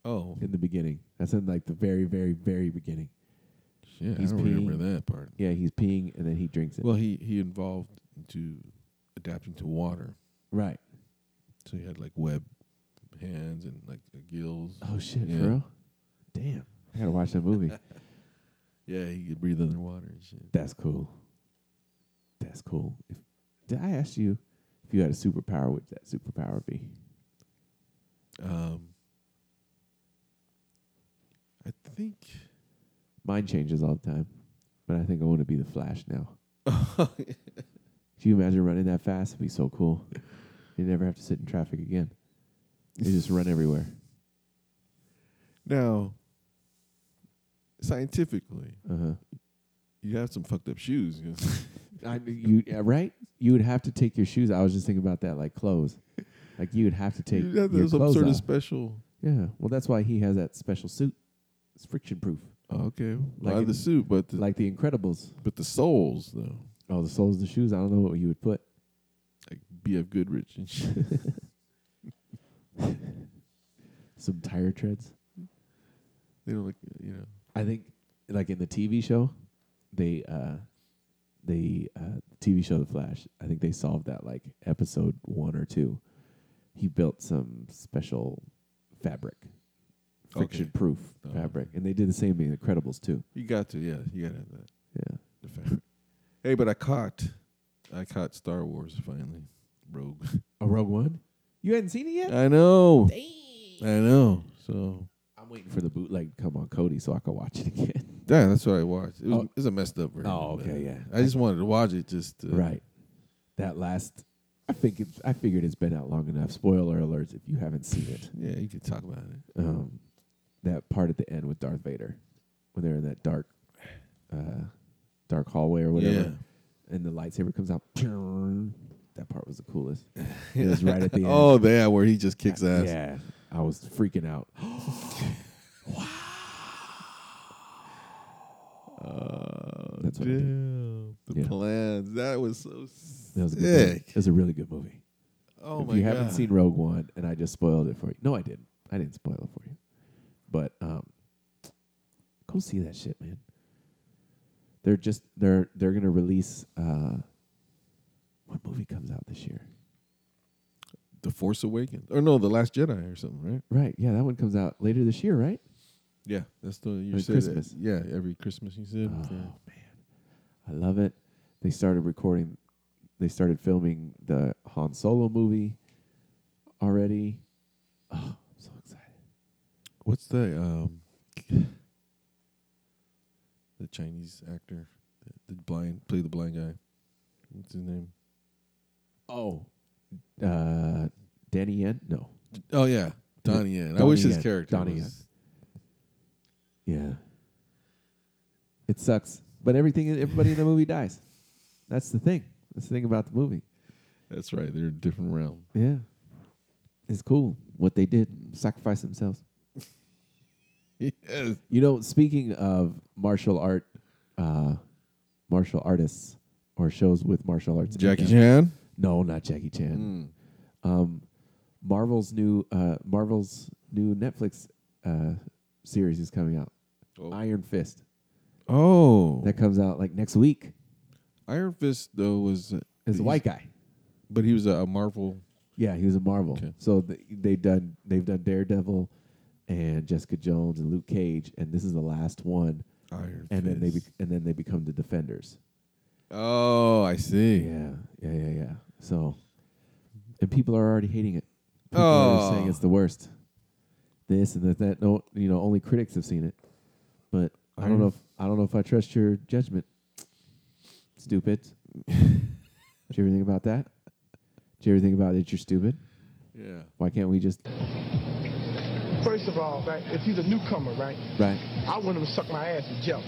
A: Oh
B: in the beginning. That's in like the very very very beginning.
A: yeah, I don't remember that part.
B: Yeah, he's peeing and then he drinks it.
A: Well, he he evolved to adapting to water,
B: right.
A: so he had like web hands and like the gills.
B: Oh shit,
A: yeah.
B: for real? Damn. I got to watch that movie.
A: Yeah, he could breathe underwater and shit.
B: That's cool. That's cool. If, did I ask you if you had a superpower? What would that superpower be?
A: Um, I think
B: Mine changes all the time, but I think I want to be the Flash now. Can you imagine running that fast? It'd be so cool. You never have to sit in traffic again. You just run everywhere.
A: now scientifically,
B: Uh huh.
A: you have some fucked up shoes. you know.
B: I, you yeah, right? You would have to take your shoes. I was just thinking about that, like clothes. Like you would have to take
A: You have
B: your
A: some
B: clothes
A: sort of
B: off.
A: special.
B: yeah. Well, that's why he has that special suit. It's friction proof.
A: Oh, okay,
B: Like
A: like the
B: in-
A: suit, but the,
B: like the Incredibles.
A: but the soles though,
B: Oh, the soles of the shoes. I don't know what you would put.
A: like B.F. Goodrich and shit.
B: Some tire treads.
A: they don't like you know.
B: I think, like in the TV show, they, uh, they, uh, TV show The Flash. I think they solved that like episode one or two. He built some special fabric,
A: Okay.
B: friction proof
A: Oh.
B: fabric, and they did the same thing in Incredibles too.
A: You got to, yeah, you got to have that.
B: Yeah.
A: The fabric. hey, but I caught, I caught Star Wars finally, Rogue.
B: A Rogue One. You hadn't seen it yet.
A: I know, I know. So
B: I'm waiting for the bootleg to come on Cody so I can watch it again.
A: yeah, that's what I watched. It was,
B: Oh.
A: it was a messed up version.
B: Oh, okay,
A: but
B: yeah.
A: I just wanted to watch it just to,
B: Right. That last, I think it's, I figured it's been out long enough. Spoiler alerts if you haven't seen it.
A: Yeah, you could talk about it.
B: Um, that part at the end with Darth Vader when they're in that dark, uh, dark hallway or whatever, and the lightsaber comes out. That part was the coolest. It was right at the end.
A: Oh, yeah, where he just kicks ass.
B: yeah, I was freaking out.
A: Oh,
B: That's what I did.
A: damn. The
B: Yeah.
A: plans. That was so sick.
B: That was a good movie. It was a really good movie.
A: Oh
B: if
A: my
B: you
A: god.
B: haven't seen Rogue One, and I just spoiled it for you. No, I didn't. I didn't spoil it for you. But um, go see that shit, man. They're just they're they're gonna release uh, what movie comes out this year?
A: The Force Awakens. Or no, The Last Jedi or something, right?
B: Right? Yeah, that one comes out later this year, right?
A: Yeah, that's the you
B: Like
A: said that-
B: Christmas.
A: yeah, every Christmas you said.
B: Oh
A: yeah.
B: man, I love it. They started recording, they started filming the Han Solo movie already. Oh, I'm so excited.
A: What's the um the Chinese actor, the, the blind play the blind guy? What's his name?
B: Oh, uh, Danny Yen? No.
A: Oh yeah, Donnie Yen. I wish
B: Donnie
A: his
B: Yen,
A: character
B: Donnie
A: was.
B: Yeah. It sucks, but everything, everybody in the movie dies. That's the thing. That's the thing about the movie.
A: That's right. They're a different realm.
B: Yeah. It's cool what they did, sacrifice themselves.
A: yes.
B: You know, speaking of martial art, uh, martial artists or shows with martial arts. in
A: Jackie
B: them-
A: Chan? Hmm.
B: No, not Jackie Chan. Um, Marvel's new uh, Marvel's new Netflix uh, series is coming out. Iron Fist.
A: Oh,
B: that comes out like next week.
A: Iron Fist though was uh,
B: Is a white guy,
A: but he was a, a Marvel.
B: Yeah, he was a Marvel. So th- they done they've done Daredevil and Jessica Jones and Luke Cage, and this is the last one.
A: Iron
B: and then they be- and then they become the Defenders.
A: Oh, I see.
B: Yeah, yeah, yeah, yeah. So, and people are already hating it. People are saying
A: Oh.
B: it's the worst. This and that, that. No, you know, only critics have seen it. But I don't
A: Iron-
B: know. If, I don't know if I trust your judgment. Stupid. Did you ever think about that? Did you ever think about that you're stupid?
A: Yeah.
B: Why can't we just
T: First of all, right, if he's a newcomer, right,
B: right?
T: I want him to suck my ass with jelly.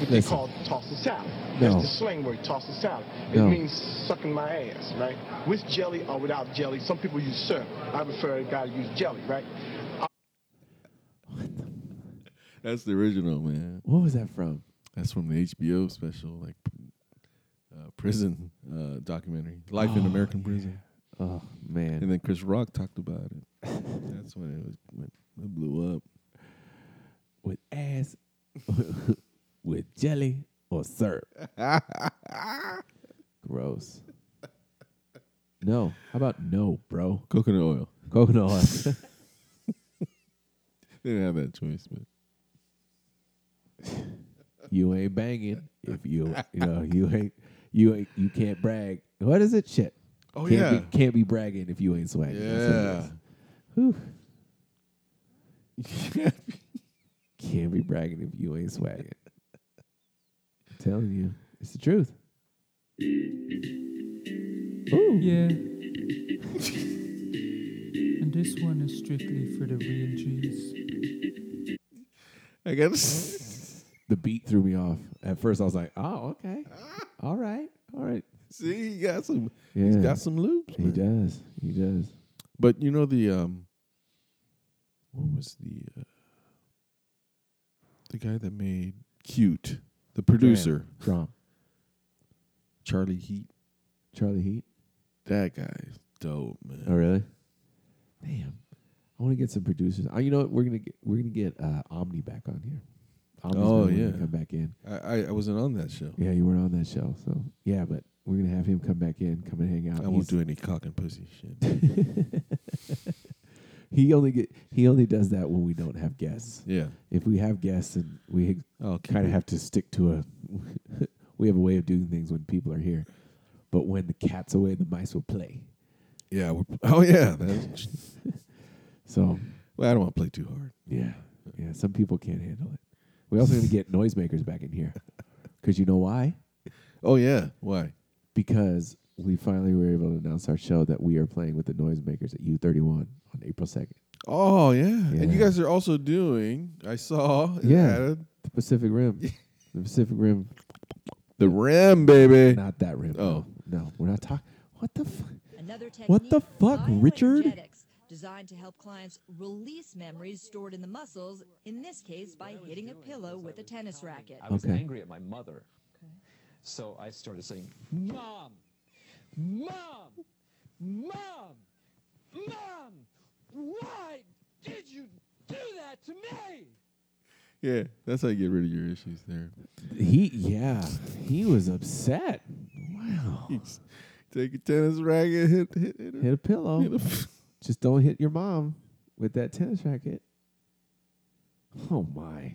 T: What they
B: Listen.
T: call toss the salad.
B: No.
T: That's the slang word, toss the salad. It
B: No.
T: means sucking my ass, right? With jelly or without jelly. Some people use syrup. I prefer a guy to use jelly, right?
A: That's the original man.
B: What was that from?
A: That's from the HBO special, like uh, prison uh, documentary, Life in
B: Oh,
A: American Prison.
B: Oh man!
A: And then Chris Rock talked about it. That's when it was when it blew up.
B: With ass, with jelly or syrup. Gross. No. How about no, bro?
A: Coconut oil.
B: Coconut oil.
A: they didn't have that choice, but
B: you ain't banging if you you know you ain't you ain't you can't brag. What is it? Shit.
A: Oh,
B: can't
A: yeah.
B: Be, can't be bragging if you ain't swagging. That's what it is. Whew. can't be bragging if you ain't swagging. I'm telling you, it's the truth.
L: Yeah. and this one is strictly for the real G's.
A: I guess
B: the beat threw me off. At first, I was like, "Oh, okay, all right, all right."
A: See, he got some.
B: Yeah.
A: He's got some loops.
B: He does. He does.
A: But you know the um, what was the uh, the guy that made Cute, the producer,
B: Trump.
A: Charlie Heat.
B: Charlie Heat.
A: That guy is dope, man.
B: Oh, really? Damn. I want to get some producers. Uh, you know what? We're gonna get we're gonna get uh, Omni back on here. Omni's
A: oh
B: been wanting
A: yeah,
B: to come back in.
A: I, I I wasn't on that show.
B: Yeah, you weren't on that show, so yeah, but we're gonna have him come back in, come and hang out.
A: I won't
B: He's-
A: do any cock and pussy shit.
B: He only get he only does that when we don't have guests.
A: Yeah.
B: If we have guests and we kind
A: it-
B: of Oh, have to stick to a we have a way of doing things when people are here. But when the cat's away, the mice will play.
A: yeah. We're, oh yeah. That's,
B: So
A: well, I don't want to play too hard.
B: Yeah. Yeah. Some people can't handle it. We also going to get noisemakers back in here. Because you know why?
A: Oh, yeah. Why?
B: Because we finally were able to announce our show that we are playing with the noisemakers at U31 on April 2nd.
A: Oh yeah. and you
B: Yeah.
A: guys are also doing. I saw. it
B: Yeah.
A: added-
B: The Pacific Rim. the Pacific Rim.
A: The rim, baby.
B: Not that rim.
A: Oh.
B: No, we're not talking. What the fuck?
U: Another technique,
B: What the fuck, Richard?
U: bioenergetics, designed to help clients release memories stored in the muscles, in this case by hitting a pillow with a tennis racket.
V: I was
B: Okay.
V: angry at my mother. So I started saying, Mom, Mom, Mom, Mom, why did you do that to me?
A: Yeah. That's how you get rid of your issues. There.
B: He, yeah, he was upset. Wow.
A: Take a tennis racket, hit hit hit,
B: Hit a pillow.
A: hit
B: Just don't hit your mom with that tennis racket. Oh, my.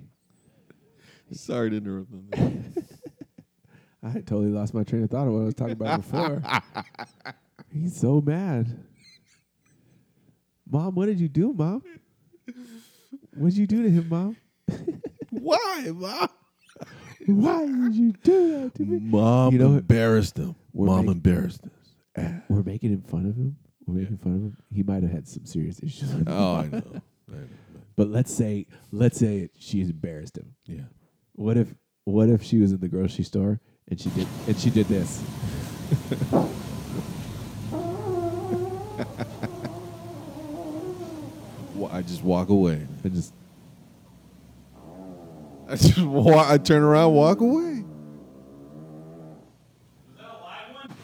A: Sorry to interrupt. On that.
B: I totally lost my train of thought of what I was talking about before. He's so mad. Mom, what did you do, Mom? What did you do to him, Mom?
A: Why, Mom?
B: Why did you do that to me?
A: Mom
B: You know,
A: embarrassed him.
B: we're
A: Mom
B: make-
A: embarrassed him.
B: We're making him fun of him. We're making fun of him. He might have had some serious issues.
A: Oh, I know.
B: But let's say let's say it, she embarrassed him.
A: Yeah.
B: What if what if she was in the grocery store and she did and she did this?
A: Wa- I just walk away.
B: I just.
A: I just wa- I turn around, walk away.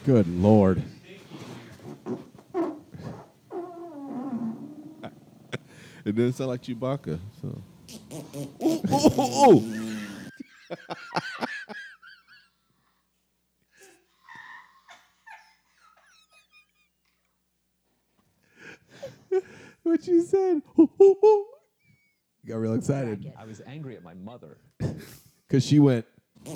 B: Good lord.
A: It doesn't sound like Chewbacca. So. Ooh, ooh, ooh, ooh.
B: What you said? Got real excited
V: I was angry at my mother.
B: because she went.
V: so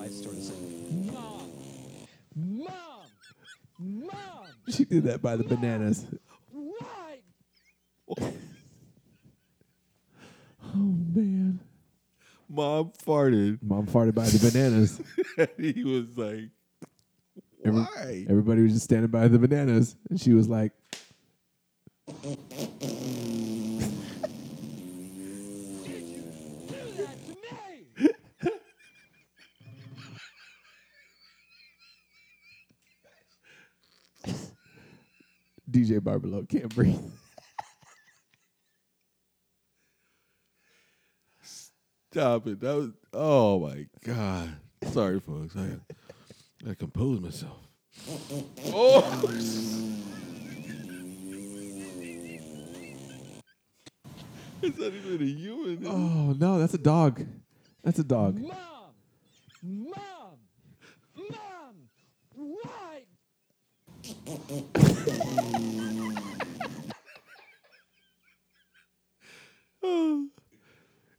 V: I started saying, Mom, Mom, Mom,
B: She did that by the bananas.
V: why?
B: Oh man.
A: Mom farted.
B: Mom farted by the bananas.
A: he was like,
B: Every-
A: why?
B: Everybody was just standing by the bananas, and she was like, DJ Barbelo can't breathe.
A: Stop it. That was, oh my God. Sorry, folks. I, I composed myself. Oh! It's not even a human.
B: Oh no, that's a dog. That's a dog.
V: Mom, Mom, Mom, why?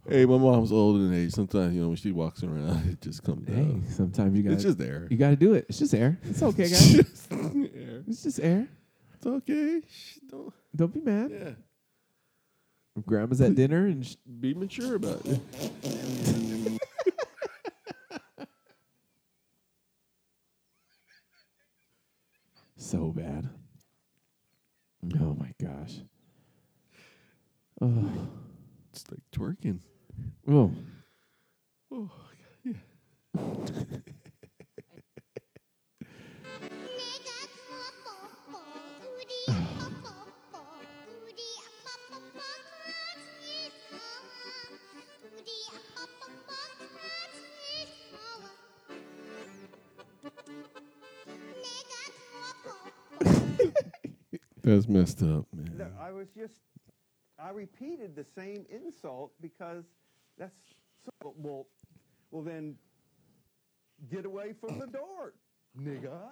A: Hey, my mom's older than age. Sometimes, you know, when she walks around, it just comes
B: Hey,
A: out.
B: sometimes you got
A: It's just there.
B: You got to do it. It's just air. It's okay,
A: It's
B: guys.
A: just air.
B: it's just air.
A: It's okay. Shh, Don't,
B: Don't be mad.
A: yeah.
B: Grandma's at dinner and sh-
A: Be mature about it.
B: so bad. Oh my gosh. Oh,
A: It's like twerking.
B: oh.
A: Oh, yeah. That's messed up, man.
R: No, I was just, I repeated the same insult because that's so, well, well then, get away from the door, nigga.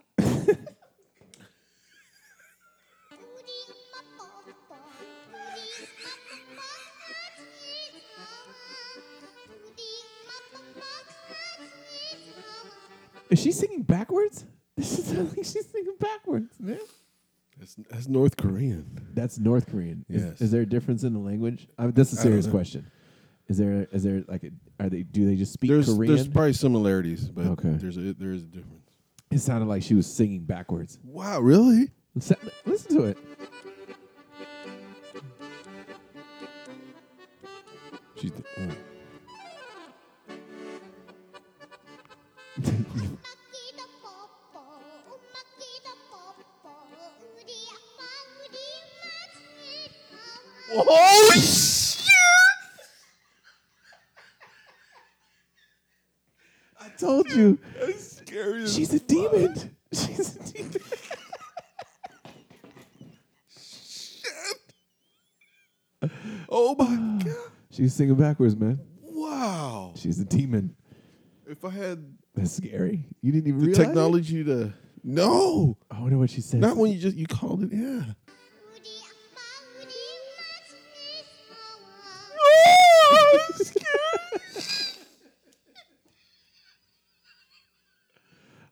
B: Is she singing backwards? She sounds like she's singing backwards, man.
A: That's, that's North Korean.
B: That's North Korean. Is-
A: Yes.
B: Is, there a difference in the language? I mean, that's a
A: I don't
B: serious
A: know.
B: question. Is there? Is there like? A, are they? Do they just speak
A: There's
B: Korean?
A: there's probably similarities, but
B: Okay.
A: there's a, there is a difference.
B: it sounded like she was singing backwards.
A: Wow, really?
B: Sa- Listen to it.
A: She's the,
B: mm.
A: oh. Oh shit!
B: I told you.
A: That's scary. as
B: She's a
A: fuck.
B: demon. She's a demon.
A: Oh my god!
B: She's singing backwards, man.
A: Wow!
B: She's a demon.
A: If I had
B: That's scary. You didn't even
A: the
B: realize it?
A: technology to no,
B: I wonder what she said.
A: not when you just you called it. Yeah.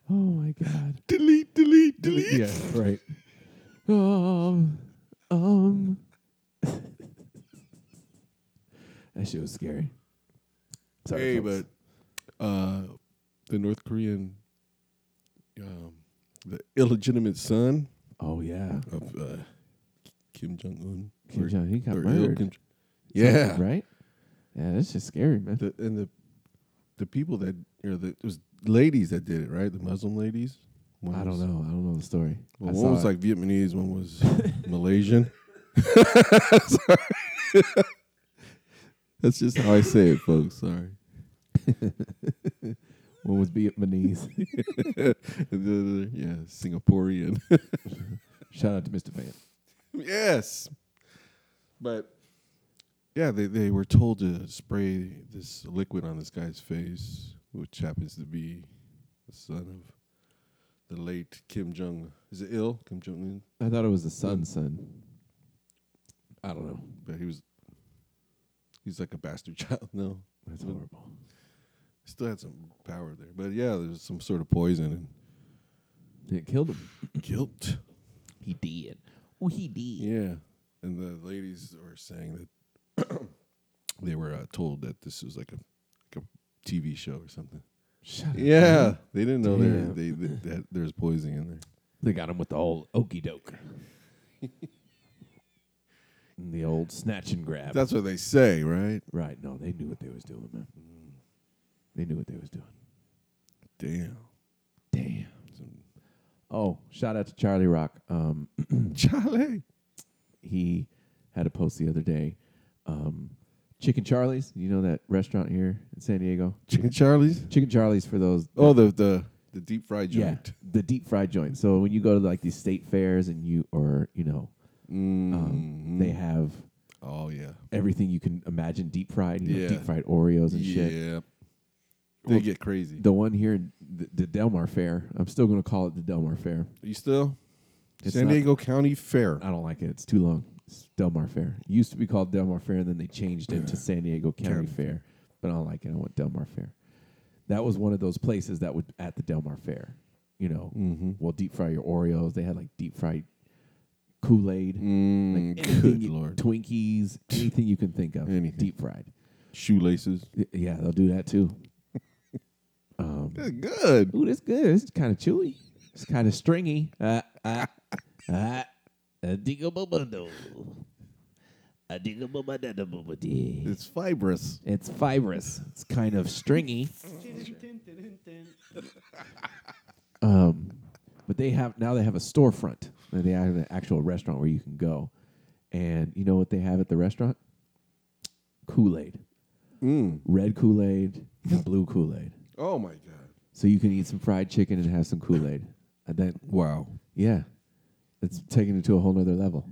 B: Oh my god.
A: delete, delete, delete.
B: Yeah, right. um, um. that shit was scary. Sorry,
A: hey,
B: folks.
A: but uh, the North Korean, um, the illegitimate son.
B: Oh yeah,
A: of uh, Kim Jong Un.
B: Kim Jong- he got murdered.
A: yeah,
B: Right? Yeah, that's just scary, man.
A: The, and the the people that you know, the, it was ladies that did it, right? The Muslim ladies. One
B: I don't
A: was-
B: know. I don't know the story.
A: Well,
B: I
A: one was
B: saw it.
A: like Vietnamese, one was Malaysian. Sorry. That's just how I say it, folks. Sorry.
B: one was Vietnamese.
A: The other- yeah, Singaporean.
B: Shout out to Mr. Van.
A: yes. But yeah, they, they were told to spray this liquid on this guy's face, which happens to be the son of the late Kim Jong. Is it ill? Kim Jong Un?
B: I thought it was the sun, son. I don't know.
A: But he was he's like a bastard child. No,
B: that's horrible.
A: Still had some power there, but yeah, there's some sort of poison
B: and it killed him.
A: Guilt.
B: He did. Oh, he did.
A: Yeah, and the ladies were saying that they were uh, told that this was like a like a TV show or something.
B: Shut up,
A: yeah,
B: man.
A: they didn't know there
B: Damn.
A: they, that that there's poison in there.
B: They got him with the old okey doke. and the old snatch and grab.
A: That's what they say, right?
B: Right. No, they knew what they was doing, man. They knew what they was doing.
A: Damn.
B: Damn. Oh, shout out to Charlie Rock. Um,
A: Charlie.
B: He had a post the other day. Um, Chicken Charlie's, you know that restaurant here in San Diego?
A: Chicken Charlie's?
B: Chicken Charlie's for those.
A: Oh, the the the deep fried
B: Yeah,
A: joint.
B: the deep fried joint. So when you go to like these state fairs and you or you know, um, they have
A: Mm-hmm. Oh yeah,
B: everything you can imagine deep fried. You
A: Yeah.
B: know, deep fried Oreos and shit.
A: Yeah. They
B: Well,
A: get crazy.
B: The one here, in the, the Delmar Fair. I'm still going to call it the Delmar Fair.
A: You still?
B: It's
A: San
B: not- Uh,
A: Diego County Fair.
B: I don't like it. It's too long. It's Delmar Fair. It used to be called Delmar Fair, and then they changed it to San Diego County
A: County
B: Fair. But I don't like it. I want Delmar Fair. That was one of those places that would at the Delmar Fair. You know,
A: Mhm.
B: well, deep fry your Oreos. They had like deep fried Kool Aid,
A: Mm,
B: like anything
A: good
B: you-
A: lord.
B: Twinkies, anything you can think of, deep fried.
A: Shoelaces.
B: Y- Yeah, they'll do that too. Um,
A: that's good.
B: Ooh, that's good. It's kind of chewy. It's kind of stringy. Uh, uh, uh, uh, digga bubba do. Uh, digga bubba da da bubba dee.
A: It's fibrous.
B: It's fibrous. It's kind of stringy. Um, but they have now they have a storefront. Now They have an actual restaurant where you can go, and you know what they have at the restaurant? Kool Aid,
A: Mm.
B: red Kool Aid, and blue Kool Aid.
A: Oh my god.
B: So you can eat some fried chicken and have some Kool Aid. And then
A: wow,
B: yeah, it's taking it to a whole nother level.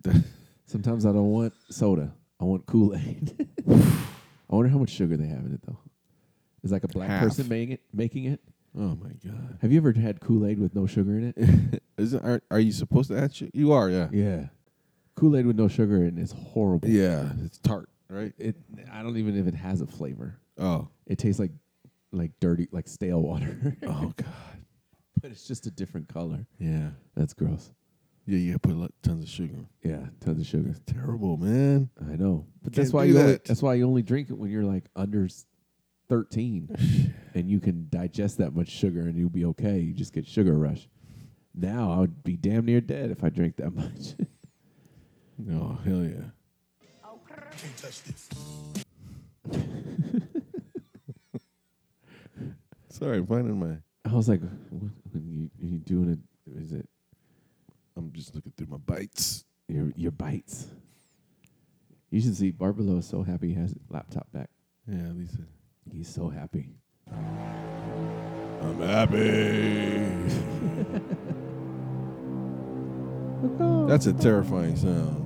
B: Sometimes I don't want soda. I want Kool Aid. I wonder how much sugar they have in it though. Is like a black
A: Half.
B: person making it. Making it.
A: Oh my god.
B: Have you ever had Kool Aid with no sugar in it?
A: Isn't are, are you supposed to add sugar? You are, yeah.
B: yeah. Kool Aid with no sugar in it is horrible.
A: Yeah, it's tart, right?
B: It. I don't even know if it has a flavor.
A: Oh.
B: It tastes like, like dirty, like stale water.
A: Oh god.
B: but it's just a different color.
A: Yeah.
B: That's gross.
A: Yeah, you gotta put lot, tons of sugar.
B: Yeah, tons of sugar.
A: Terrible, man.
B: I know, but
A: Can't
B: that's why
A: do
B: you Only,
A: that.
B: that's why you only drink it when you're like under s- thirteen, and you can digest that much sugar and you'll be okay. You just get sugar rush. Now I would be damn near dead if I drank that much.
A: Oh hell yeah.
S: Can't touch this.
A: Sorry, I'm finding my.
B: I was like, what, when you you doing it? Is it
A: I'm just looking through my bites.
B: your your bites? You should see Barbalo is so happy he has his laptop back.
A: Yeah, Lisa.
B: He's so happy.
A: I'm happy. That's a terrifying sound.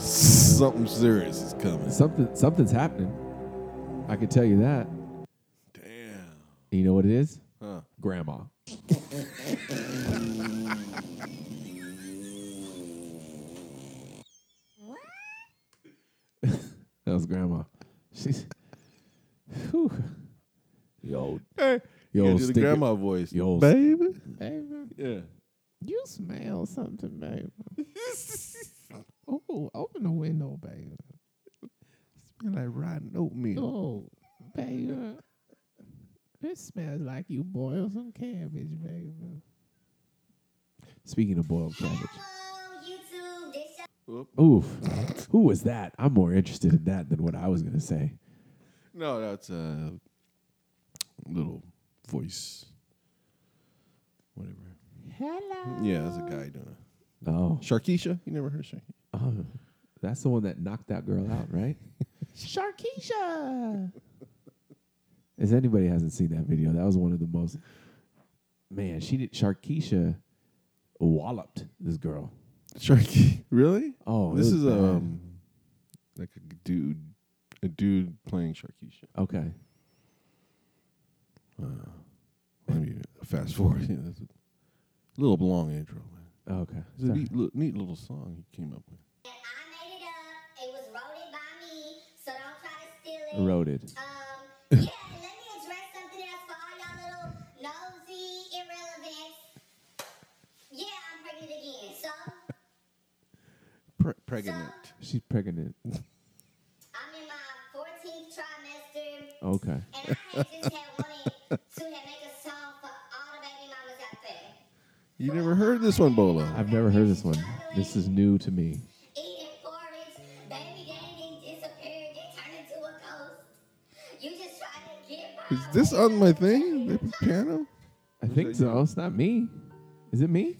A: Something serious is coming.
B: Something something's happening. I can tell you that.
A: Damn.
B: You know what it is?
A: Huh.
B: Grandma. that was grandma. She's. Whew. Yo.
A: Hey, Yo,
B: gotta
A: do the
B: stick it-
A: grandma voice.
B: Yo, s-
A: baby.
D: Baby.
A: Yeah.
D: You smell something, baby. oh, open the window, baby.
A: Smell like rotten oatmeal.
D: Oh, baby. This smells like you boiled some cabbage, baby.
B: Speaking of boiled cabbage. Oof. Who was that? I'm more interested in that than what I was going to say.
A: No, that's a little voice. Whatever.
D: Hello.
A: Yeah, that's a guy doing it.
B: Oh.
A: Sharkeisha? You never heard Sharkeisha?
B: Oh, that's the one that knocked that girl out, right?
D: Sharkeisha.
B: If anybody hasn't seen that video, that was one of the most. Man, she did. Sharkeisha walloped this girl.
A: Sharky, really?
B: Oh, it
A: this
B: was
A: is
B: bad.
A: um like a dude, a dude playing Sharkeisha.
B: Okay.
A: Uh, let me fast forward. Yeah, that's a little long intro. Man.
B: Okay,
A: it's a
B: sorry.
A: neat, li- neat little song he came up with.
B: Eroded.
A: Pre- pregnant.
B: She's pregnant. Okay.
A: you never heard this one, Bolo?
B: I've never heard this one. This is new to me.
A: Is this on my thing? They put piano?
B: I think so. Oh, It's not me. Is it me?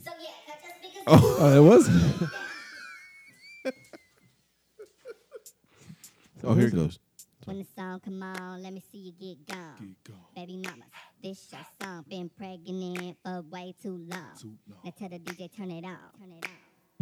A: Oh,
B: it was.
A: Oh, here it goes.
F: When the song come on, let me see you get gone. Baby mama, this your song. Been pregnant for way too long. Now tell the DJ turn it off. Turn it off.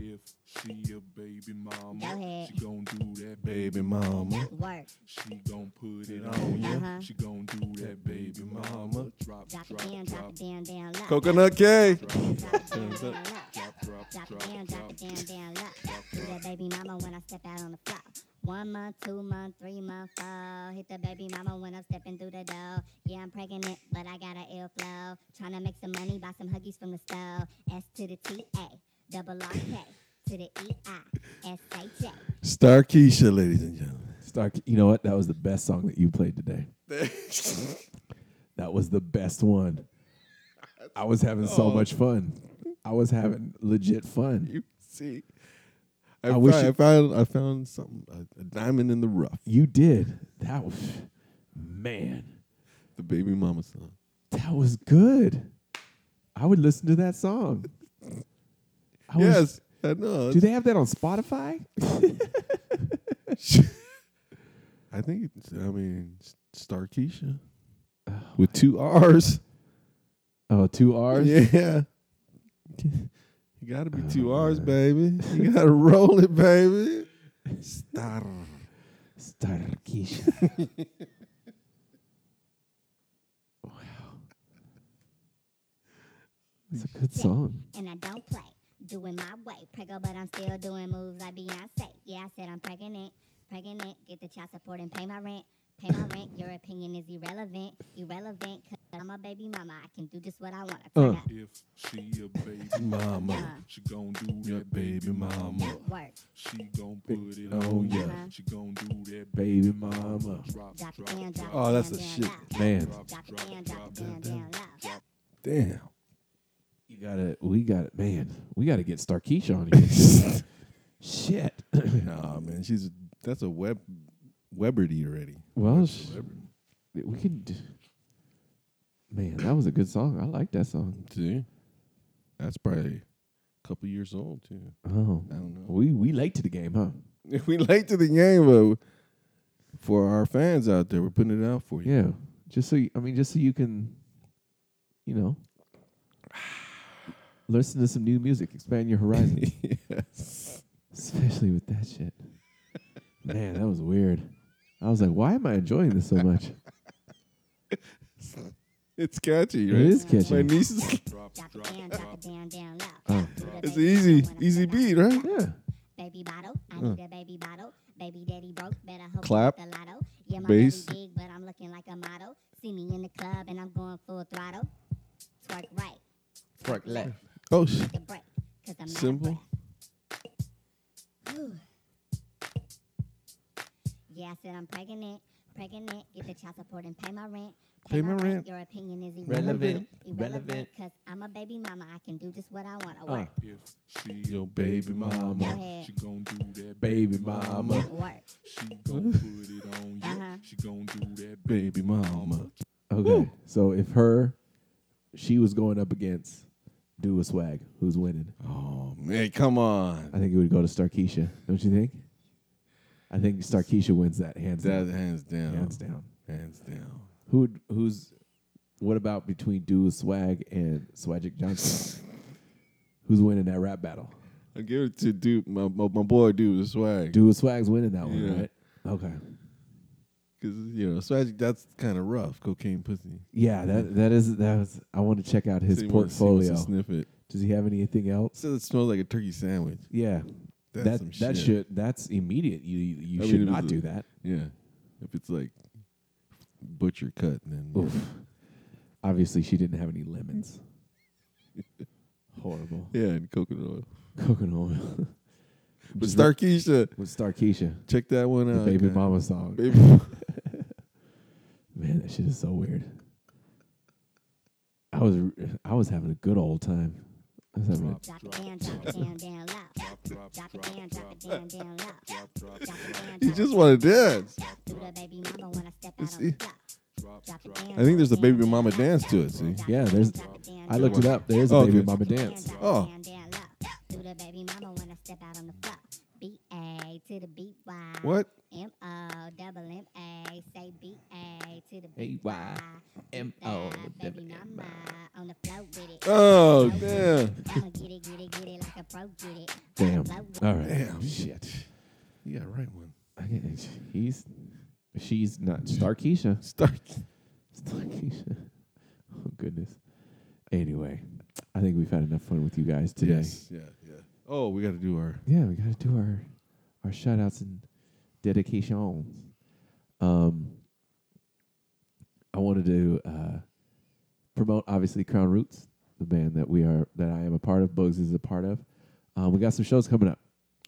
W: If she a baby mama,
F: ahead.
W: she gon' do that
A: Baby mama.
F: Work.
W: She gon' put it on ya.
F: Uh-huh.
W: She gon' do that baby mama. Drop,
F: Drop
W: drop,
F: it down, drop
W: drop.
F: it down, down low.
A: Coconut cake.
W: Drop, drop,
F: Drop it
W: drop,
F: down, drop
W: drop.
F: it down, down low. Do that baby mama when I step out on the floor. One month, two month, three month, four. Hit the baby mama when I'm stepping through the door. Yeah, I'm pregnant, but I got an ill flow. Tryna make some money, buy some huggies from the store. S to the T A, double R K to the E I S H A.
A: Starkeisha, ladies and gentlemen.
B: Stark, you know what? That was the best song that you played today. that was the best one. I was having so
A: Oh.
B: much fun. I was having legit fun.
A: You see, I,
B: I, wish
A: found, I
B: you,
A: found I found something a, a diamond in the rough.
B: you did. That was man.
A: The baby mama song.
B: That was good. I would listen to that song. I wish-
A: yes, I know.
B: do they have that on Spotify?
A: I think it's, I mean S- Starkeisha with two R's.
B: Oh, two R's.
A: Yeah, you got to be
B: Oh,
A: two R's, baby. You got to roll it, baby. Star.
B: Starkeisha. It's a good song.
F: and I don't play. Doing my way, preggo, but I'm still doing moves like Beyonce. Yeah, I said I'm pregnant, pregnant. Get the child support and pay my rent, pay my rent. Your opinion is irrelevant, irrelevant. Cause I'm a baby mama, I can do just what I want. Turn up,
W: If she a baby mama, she gon' do that baby mama.
F: work,
W: She gon' put it
B: Oh,
W: on ya.
B: yeah.
W: She gon' do that
B: Baby mama.
W: drop, drop,
F: drop it down, drop
A: Oh,
F: it
A: that's
F: down,
A: the
F: down
A: shit.
F: low.
B: Man.
F: Drop it down, drop it down, down low.
A: Damn.
B: You gotta, we gotta, man, we gotta get Starkeisha on here. Shit.
A: Nah, man, she's that's a web Weberty already.
B: well, sh- we can. d- man, that was a good song. I like that song.
A: See, that's probably a couple years old too.
B: Oh,
A: I don't know.
B: we we late to the game, huh?
A: we late to the game, but for our fans out there, we're putting it out for you.
B: Yeah, just so you, I mean, just so you can, you know, listen to some new music, expand your horizon.
A: yes.
B: Especially with that shit. Man, that was weird. I was like, why am I enjoying this so much?
A: It's catchy,
B: It
A: right?
B: is catchy.
A: My niece is
F: Drop it down, drop it down, down low.
B: Oh.
A: it's an easy, easy beat, right?
B: Yeah.
F: Baby bottle, I
A: Uh.
F: need a baby bottle. Baby daddy broke, better hope
A: Clap.
F: it's the lotto. Yeah, my
A: Bass.
F: baby big, but I'm looking like a model. See me in the club and I'm going full throttle. Twerk right.
C: Twerk left.
A: Oh,
F: Take a break. Cause I'm out of
A: simple.
F: breath. Ooh. Yeah, I said I'm pregnant. Pregnant. Get the child support and pay my rent.
A: Pay my rent.
F: Your opinion is
C: Relevant,
F: irrelevant.
C: relevant.
F: Cause I'm a baby mama. I can do just what I want.
C: Uh.
F: Work.
W: If she your baby mama,
F: ahead.
W: she gon' do that
C: Baby
F: Work.
C: mama.
F: Work.
W: She gon' put it on you.
F: Uh-huh.
W: She gon' do that
A: Baby mama.
B: Okay. So if her, she was going up against Do a Swag, who's winning?
A: Oh man, come on.
B: I think it would go to Starkeisha, don't you think? I think Starkeisha wins that hands down.
A: That hands down.
B: Hands down.
A: Hands down.
B: Who would- who's what about between Do a Swag and Swagic Johnson? who's winning that rap battle?
A: I give it to dude, my, my, my boy, dude, the swag.
B: Do a Swag's winning that one,
A: Yeah.
B: right? Okay.
A: Cause you know, swag. That's kind of rough. Cocaine pussy.
B: Yeah, that that is that was I want to check out his
A: So you wanna see what's
B: portfolio.
A: a sniff it.
B: Does he have anything else?
A: Says it smells like a turkey sandwich.
B: Yeah.
A: That's
B: that
A: some
B: that
A: shit.
B: should that's immediate. You you, you
A: I mean,
B: should
A: if it's
B: not
A: a-
B: do that.
A: Yeah, if it's like butcher cut, then
B: Oof. Obviously, she didn't have any lemons. Horrible.
A: yeah, and coconut oil.
B: Coconut oil.
A: But Starkeisha,
B: With Starkeisha.
A: check that one
B: The
A: out.
B: Baby
A: guys.
B: Mama song.
A: Oh, Baby-
B: Man, that shit is so weird. I was I was having a good old time. I was having
F: Drop it down, drop it down, down low. Drop it down, drop it down, down low. Drop it down,
A: You
F: drop
A: just
F: it
A: want to
F: down.
A: dance.
F: Do the baby mama when I step out on
A: see?
F: the block. Drop it down,
A: I think there's a
F: drop it
A: baby
F: down,
A: mama
F: down
A: dance
F: low.
A: to it. See?
B: Yeah, there's- I looked it up. There is a
A: Oh,
B: Baby
A: okay.
B: Mama dance.
A: Oh,
F: Do the baby mama when I step out on the floor. B A to the B Y.
A: What?
F: M O double M A. Say B A to the
C: A
F: B
C: Y M
B: Oh,
C: O
F: Baby mama on the flow with it.
A: Oh,
F: Flow with
A: damn.
F: it. I'ma get it, get it, get it like a pro get it.
B: Damn.
F: Flow with
B: All
F: it.
B: right.
A: Damn.
B: Shit.
A: yeah, right one.
B: I can't- He's she's not Starkeisha.
A: Stark.
B: Starkeisha. Oh goodness. Anyway, I think we've had enough fun with you guys today.
A: Yes. Yeah. Yeah. Oh, we got to do our.
B: Yeah, we gotta do our our shout outs and dedications. Um I wanted to uh promote obviously Crown Roots, the band that we are that I am a part of, Bugs is a part of. Um, we got some shows coming up.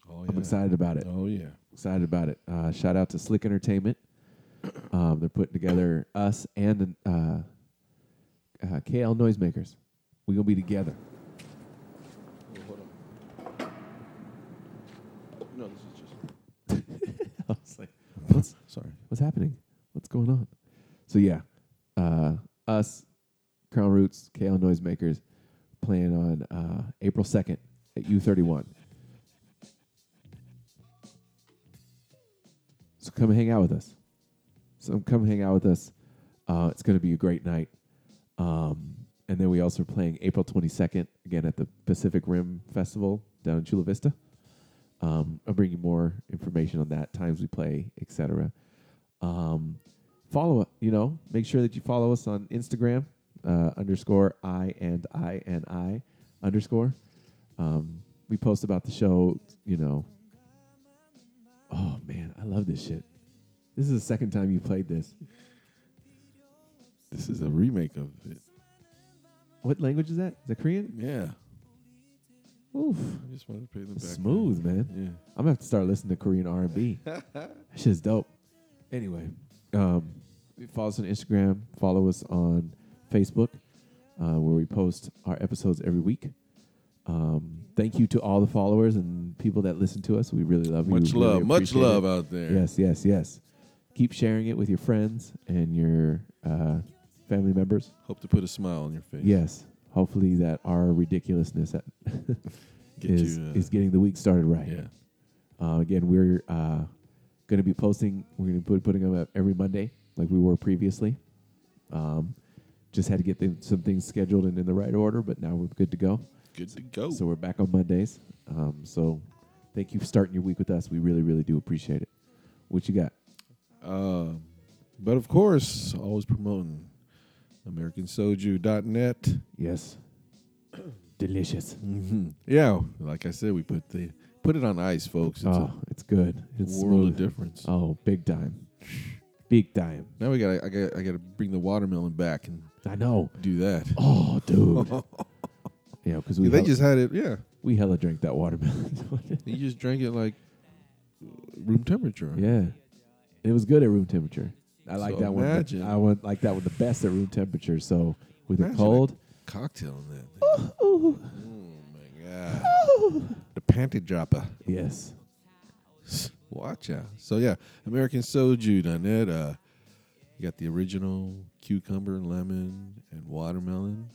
A: Oh,
B: I'm
A: yeah.
B: excited about it.
A: Oh yeah.
B: Excited about it. Uh, shout out to Slick Entertainment. Um, they're putting together us and uh, uh, KL Noisemakers. We're gonna be together.
A: No, this is just.
B: I was like, what's
A: sorry?
B: What's happening? What's going on? So yeah, uh, us, Crown Roots, KL Noisemakers, playing on uh, April second at U thirty one. So come hang out with us. So come hang out with us. Uh, it's going to be a great night. Um, and then we also are playing April 22nd again at the Pacific Rim Festival down in Chula Vista. Um, I'll bring you more information on that, times we play, etc. Um, follow up, you know, make sure that you follow us on Instagram uh, underscore I and I and I underscore. Um, we post about the show, you know. Oh man, I love this shit. This is the second time you played this.
A: This is a remake of it.
B: What language is that? Is that Korean?
A: Yeah.
B: Oof.
A: I just wanted to pay the back.
B: Smooth, man.
A: Yeah.
B: I'm gonna have to start listening to Korean R and B. That shit's dope. Anyway, um, follow us on Instagram. Follow us on Facebook, uh, where we post our episodes every week. Um, thank you to all the followers and people that listen to us. We really love you.
A: Much
B: We really
A: love, much
B: appreciate
A: love
B: it.
A: out there.
B: Yes, yes, yes. Keep sharing it with your friends and your uh, family members.
A: Hope to put a smile on your face.
B: Yes. Hopefully that our ridiculousness at
A: Get
B: is,
A: you, uh,
B: is getting the week started right.
A: Yeah.
B: Uh, again, we're uh, going to be posting. We're going to be put, putting them up every Monday, like we were previously. Um, just had to get the, some things scheduled and in the right order, but now we're good to go.
A: Good to go.
B: So we're back on Mondays. Um, so thank you for starting your week with us. We really, really do appreciate it. What you got?
A: Um, but of course, always promoting AmericanSoju.net.
B: Yes. Delicious.
A: hmm Yeah, like I said, we put the put it on ice, folks. It's
B: oh, it's good. It's
A: a world
B: smooth.
A: of difference.
B: Oh, big time. Big time.
A: Now we got I got I got to bring the watermelon back and
B: I know
A: do that.
B: Oh, dude. yeah, because we
A: they
B: hella-
A: just had it. Yeah,
B: we hella drank that watermelon.
A: you just drank it like room temperature.
B: yeah, it was good at room temperature. I like
A: So
B: that
A: imagine-
B: one. I would like that one the best at room temperature. So with
A: Imagine
B: a
A: a
B: cold,
A: cocktail in that.
B: Oh
A: my god. the panty dropper.
B: Yes.
A: Watch out. So yeah, American soju done that. Uh, you got the original cucumber, lemon, and watermelon.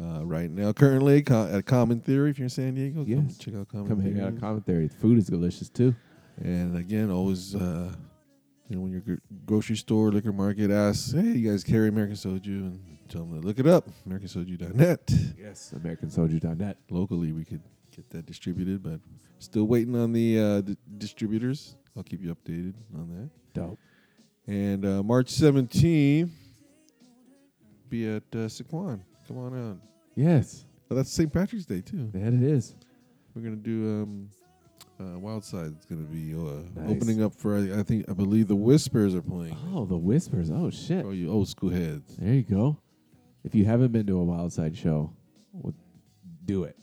A: Uh, right now, currently co- at Common Theory, if you're in San Diego, come
B: Yes.
A: check out Common
B: come
A: Theory.
B: hang out at commentary. The food is delicious too.
A: And again, always, uh, you know, when you're gro- grocery store, liquor market, ask, hey, you guys carry American soju? And tell them to look it up, AmericanSoju.net.
B: Yes, AmericanSoju.net.
A: Locally, we could get that distributed, but still waiting on the uh, d- distributors. I'll keep you updated on that.
B: Dope.
A: And uh, March 17, be at uh, Saquon. Come on out.
B: Yes.
A: Oh, that's St. Patrick's Day too.
B: That it is.
A: We're gonna do um, uh, Wildside. It's gonna be uh,
B: Nice.
A: opening up for I I think I believe the Whispers are playing.
B: Oh, the whispers. Oh shit.
A: Oh, you old school heads.
B: There you go. If you haven't been to a Wild Side show, w- do it.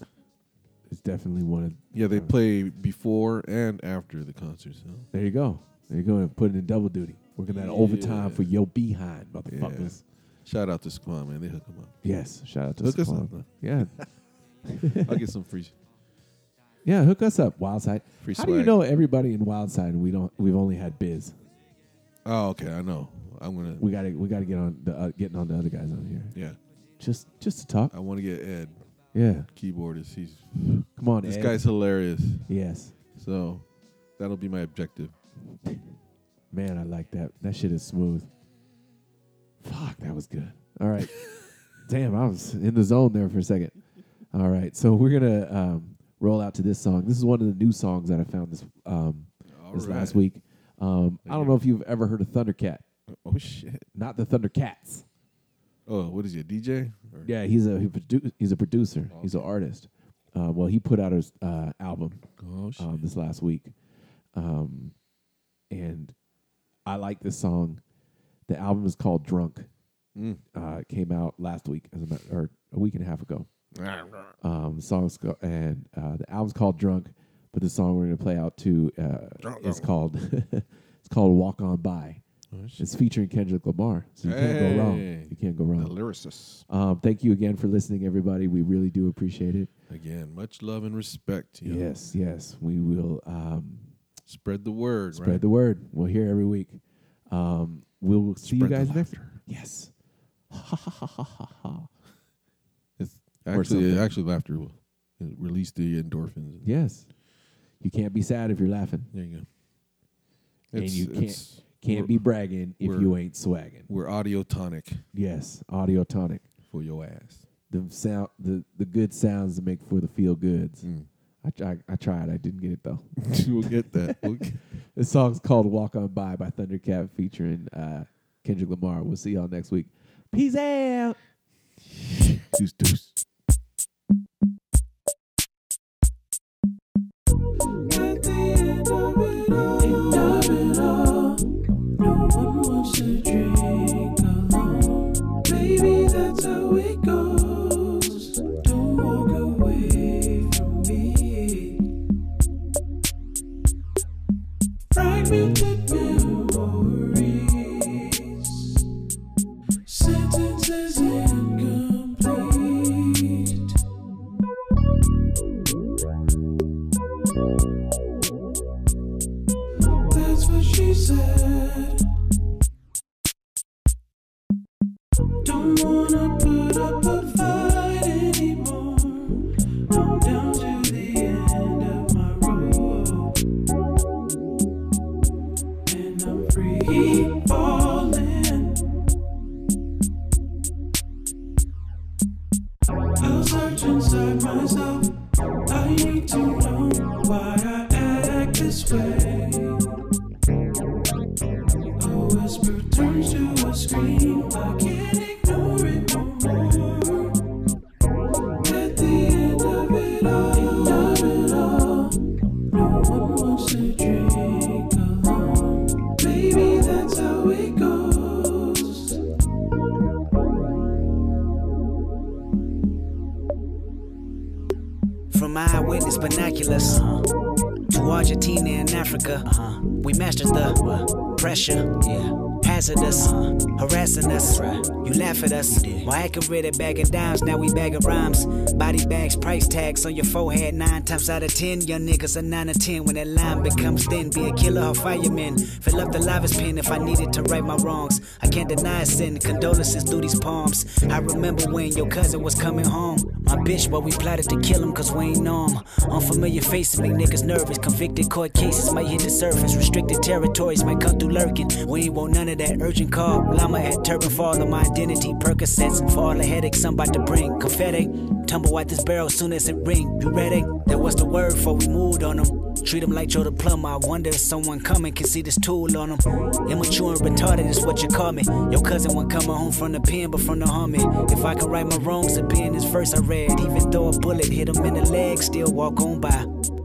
B: It's definitely one of
A: Yeah,
B: Uh-huh.
A: they play before and after the concert. So
B: There you go. There you go. And putting in double duty, working that overtime for your behind, motherfuckers.
A: shout out to Saquon, man. They hook them up.
B: Yes. Shout out to
A: hook us
B: Saquon.
A: up. man.
B: Yeah.
A: I'll get some free.
B: Yeah, hook us up, Wildside.
A: Free
B: How do you
A: swag.
B: know everybody in Wildside? and We don't. We've only had Biz.
A: Oh, okay. I know. I'm gonna.
B: We gotta. We gotta get on the uh, getting on the other guys on here.
A: Yeah.
B: Just just to talk.
A: I want to get Ed.
B: Yeah.
A: Keyboardist. He's
B: Come on,
A: This
B: Ed.
A: guy's hilarious.
B: Yes.
A: So that'll be my objective.
B: Man, I like that. That shit is smooth. Fuck, that was good. All right. Damn, I was in the zone there for a second. All right, so we're gonna um, roll out to this song. This is one of the new songs that I found this um, this
A: right.
B: last week. Um, I don't know if you've ever heard of Thundercat.
A: Oh shit.
B: Not the Thundercats.
A: Oh, what is he? A DJ? Or-
B: Yeah, he's a he produ- he's a producer. He's an artist. Uh, well, he put out his uh, album
A: oh,
B: um, this last week, um, and I like this song. The album is called Drunk.
A: Mm.
B: Uh, it came out last week, as a matter, or a week and a half ago. Um, the song's go- and uh, the album's called Drunk, but the song we're gonna play out to uh,
A: Drunk. Oh,
B: is called it's called Walk On By. It's featuring Kendrick Lamar, so you can't go wrong.
A: Hey.
B: You can't go wrong.
A: The lyricist.
B: Um, thank you again for listening, everybody. We really do appreciate it.
A: Again, much love and respect to you.
B: Yes, yes, we will um,
A: Spread the word.
B: spread
A: right?
B: the word. We'll hear every week. Um, we'll see you
A: Spread the
B: guys next. Yes. Ha ha ha ha ha ha.
A: It's
B: Or
A: actually,
B: something.
A: actually, laughter will it'll release the endorphins.
B: Yes. You can't be sad if you're laughing,
A: There you go.
B: and
A: It's-
B: you
A: it's-
B: can't can't
A: we're-
B: be bragging if
A: we're-
B: you ain't swagging.
A: We're audio tonic
B: Yes, audio tonic.
A: for your ass.
B: The sound, the the good sounds to make for the feel goods.
A: Mm.
B: I, try, I tried. I didn't get it though.
A: we'll get that. We'll get-
B: This song's called Walk On By by Thundercat featuring uh, Kendrick Lamar. We'll see y'all next week. Peace out.
A: Deuce, deuce.
E: Baby, that's how it goes. Don't walk away from me. Fragmented memories, sentences incomplete. That's what she said. Don't wanna put up a fight anymore. I'm down to the end of my rope, and I'm free falling. I'll search inside myself. I need to know why I act this way. A whisper turns to a scream. I can't ignore it no more. At the end of it all, end of it all, no one wants to drink alone. Baby, that's how
G: from eyewitness binoculars to Argentina and Africa. We mastered the pressure. Hazardous, harassing us. You laugh at us. Well, I could read a bag of dimes, now we bag of rhymes. Body bags, price tags on your forehead. Nine times out of ten, your niggas are nine or ten. When that line becomes thin, be a killer or fireman. Fill up the lava's pen if I needed to right my wrongs. I can't deny sin, condolences through these palms. I remember when your cousin was coming home. My bitch, well, we plotted to kill him cause we ain't know him. Unfamiliar faces make niggas nervous. Convicted court cases might hit the surface. Restricted territories might come through lurking. We ain't want none of that urgent call. Llama at turban fall on my identity. Percocets for all the headaches I'm about to bring. Confetti, tumble out this barrel soon as it ring. You ready? That was the word before we moved on them. Treat them like Joe the Plumber. I wonder if someone coming can see this tool on them. Immature and retarded is what you call me. Your cousin won't come home from the pen, but from the homie. If I can right my wrongs, the pen is first I read. Even though a bullet hit him in the leg, still walk on by.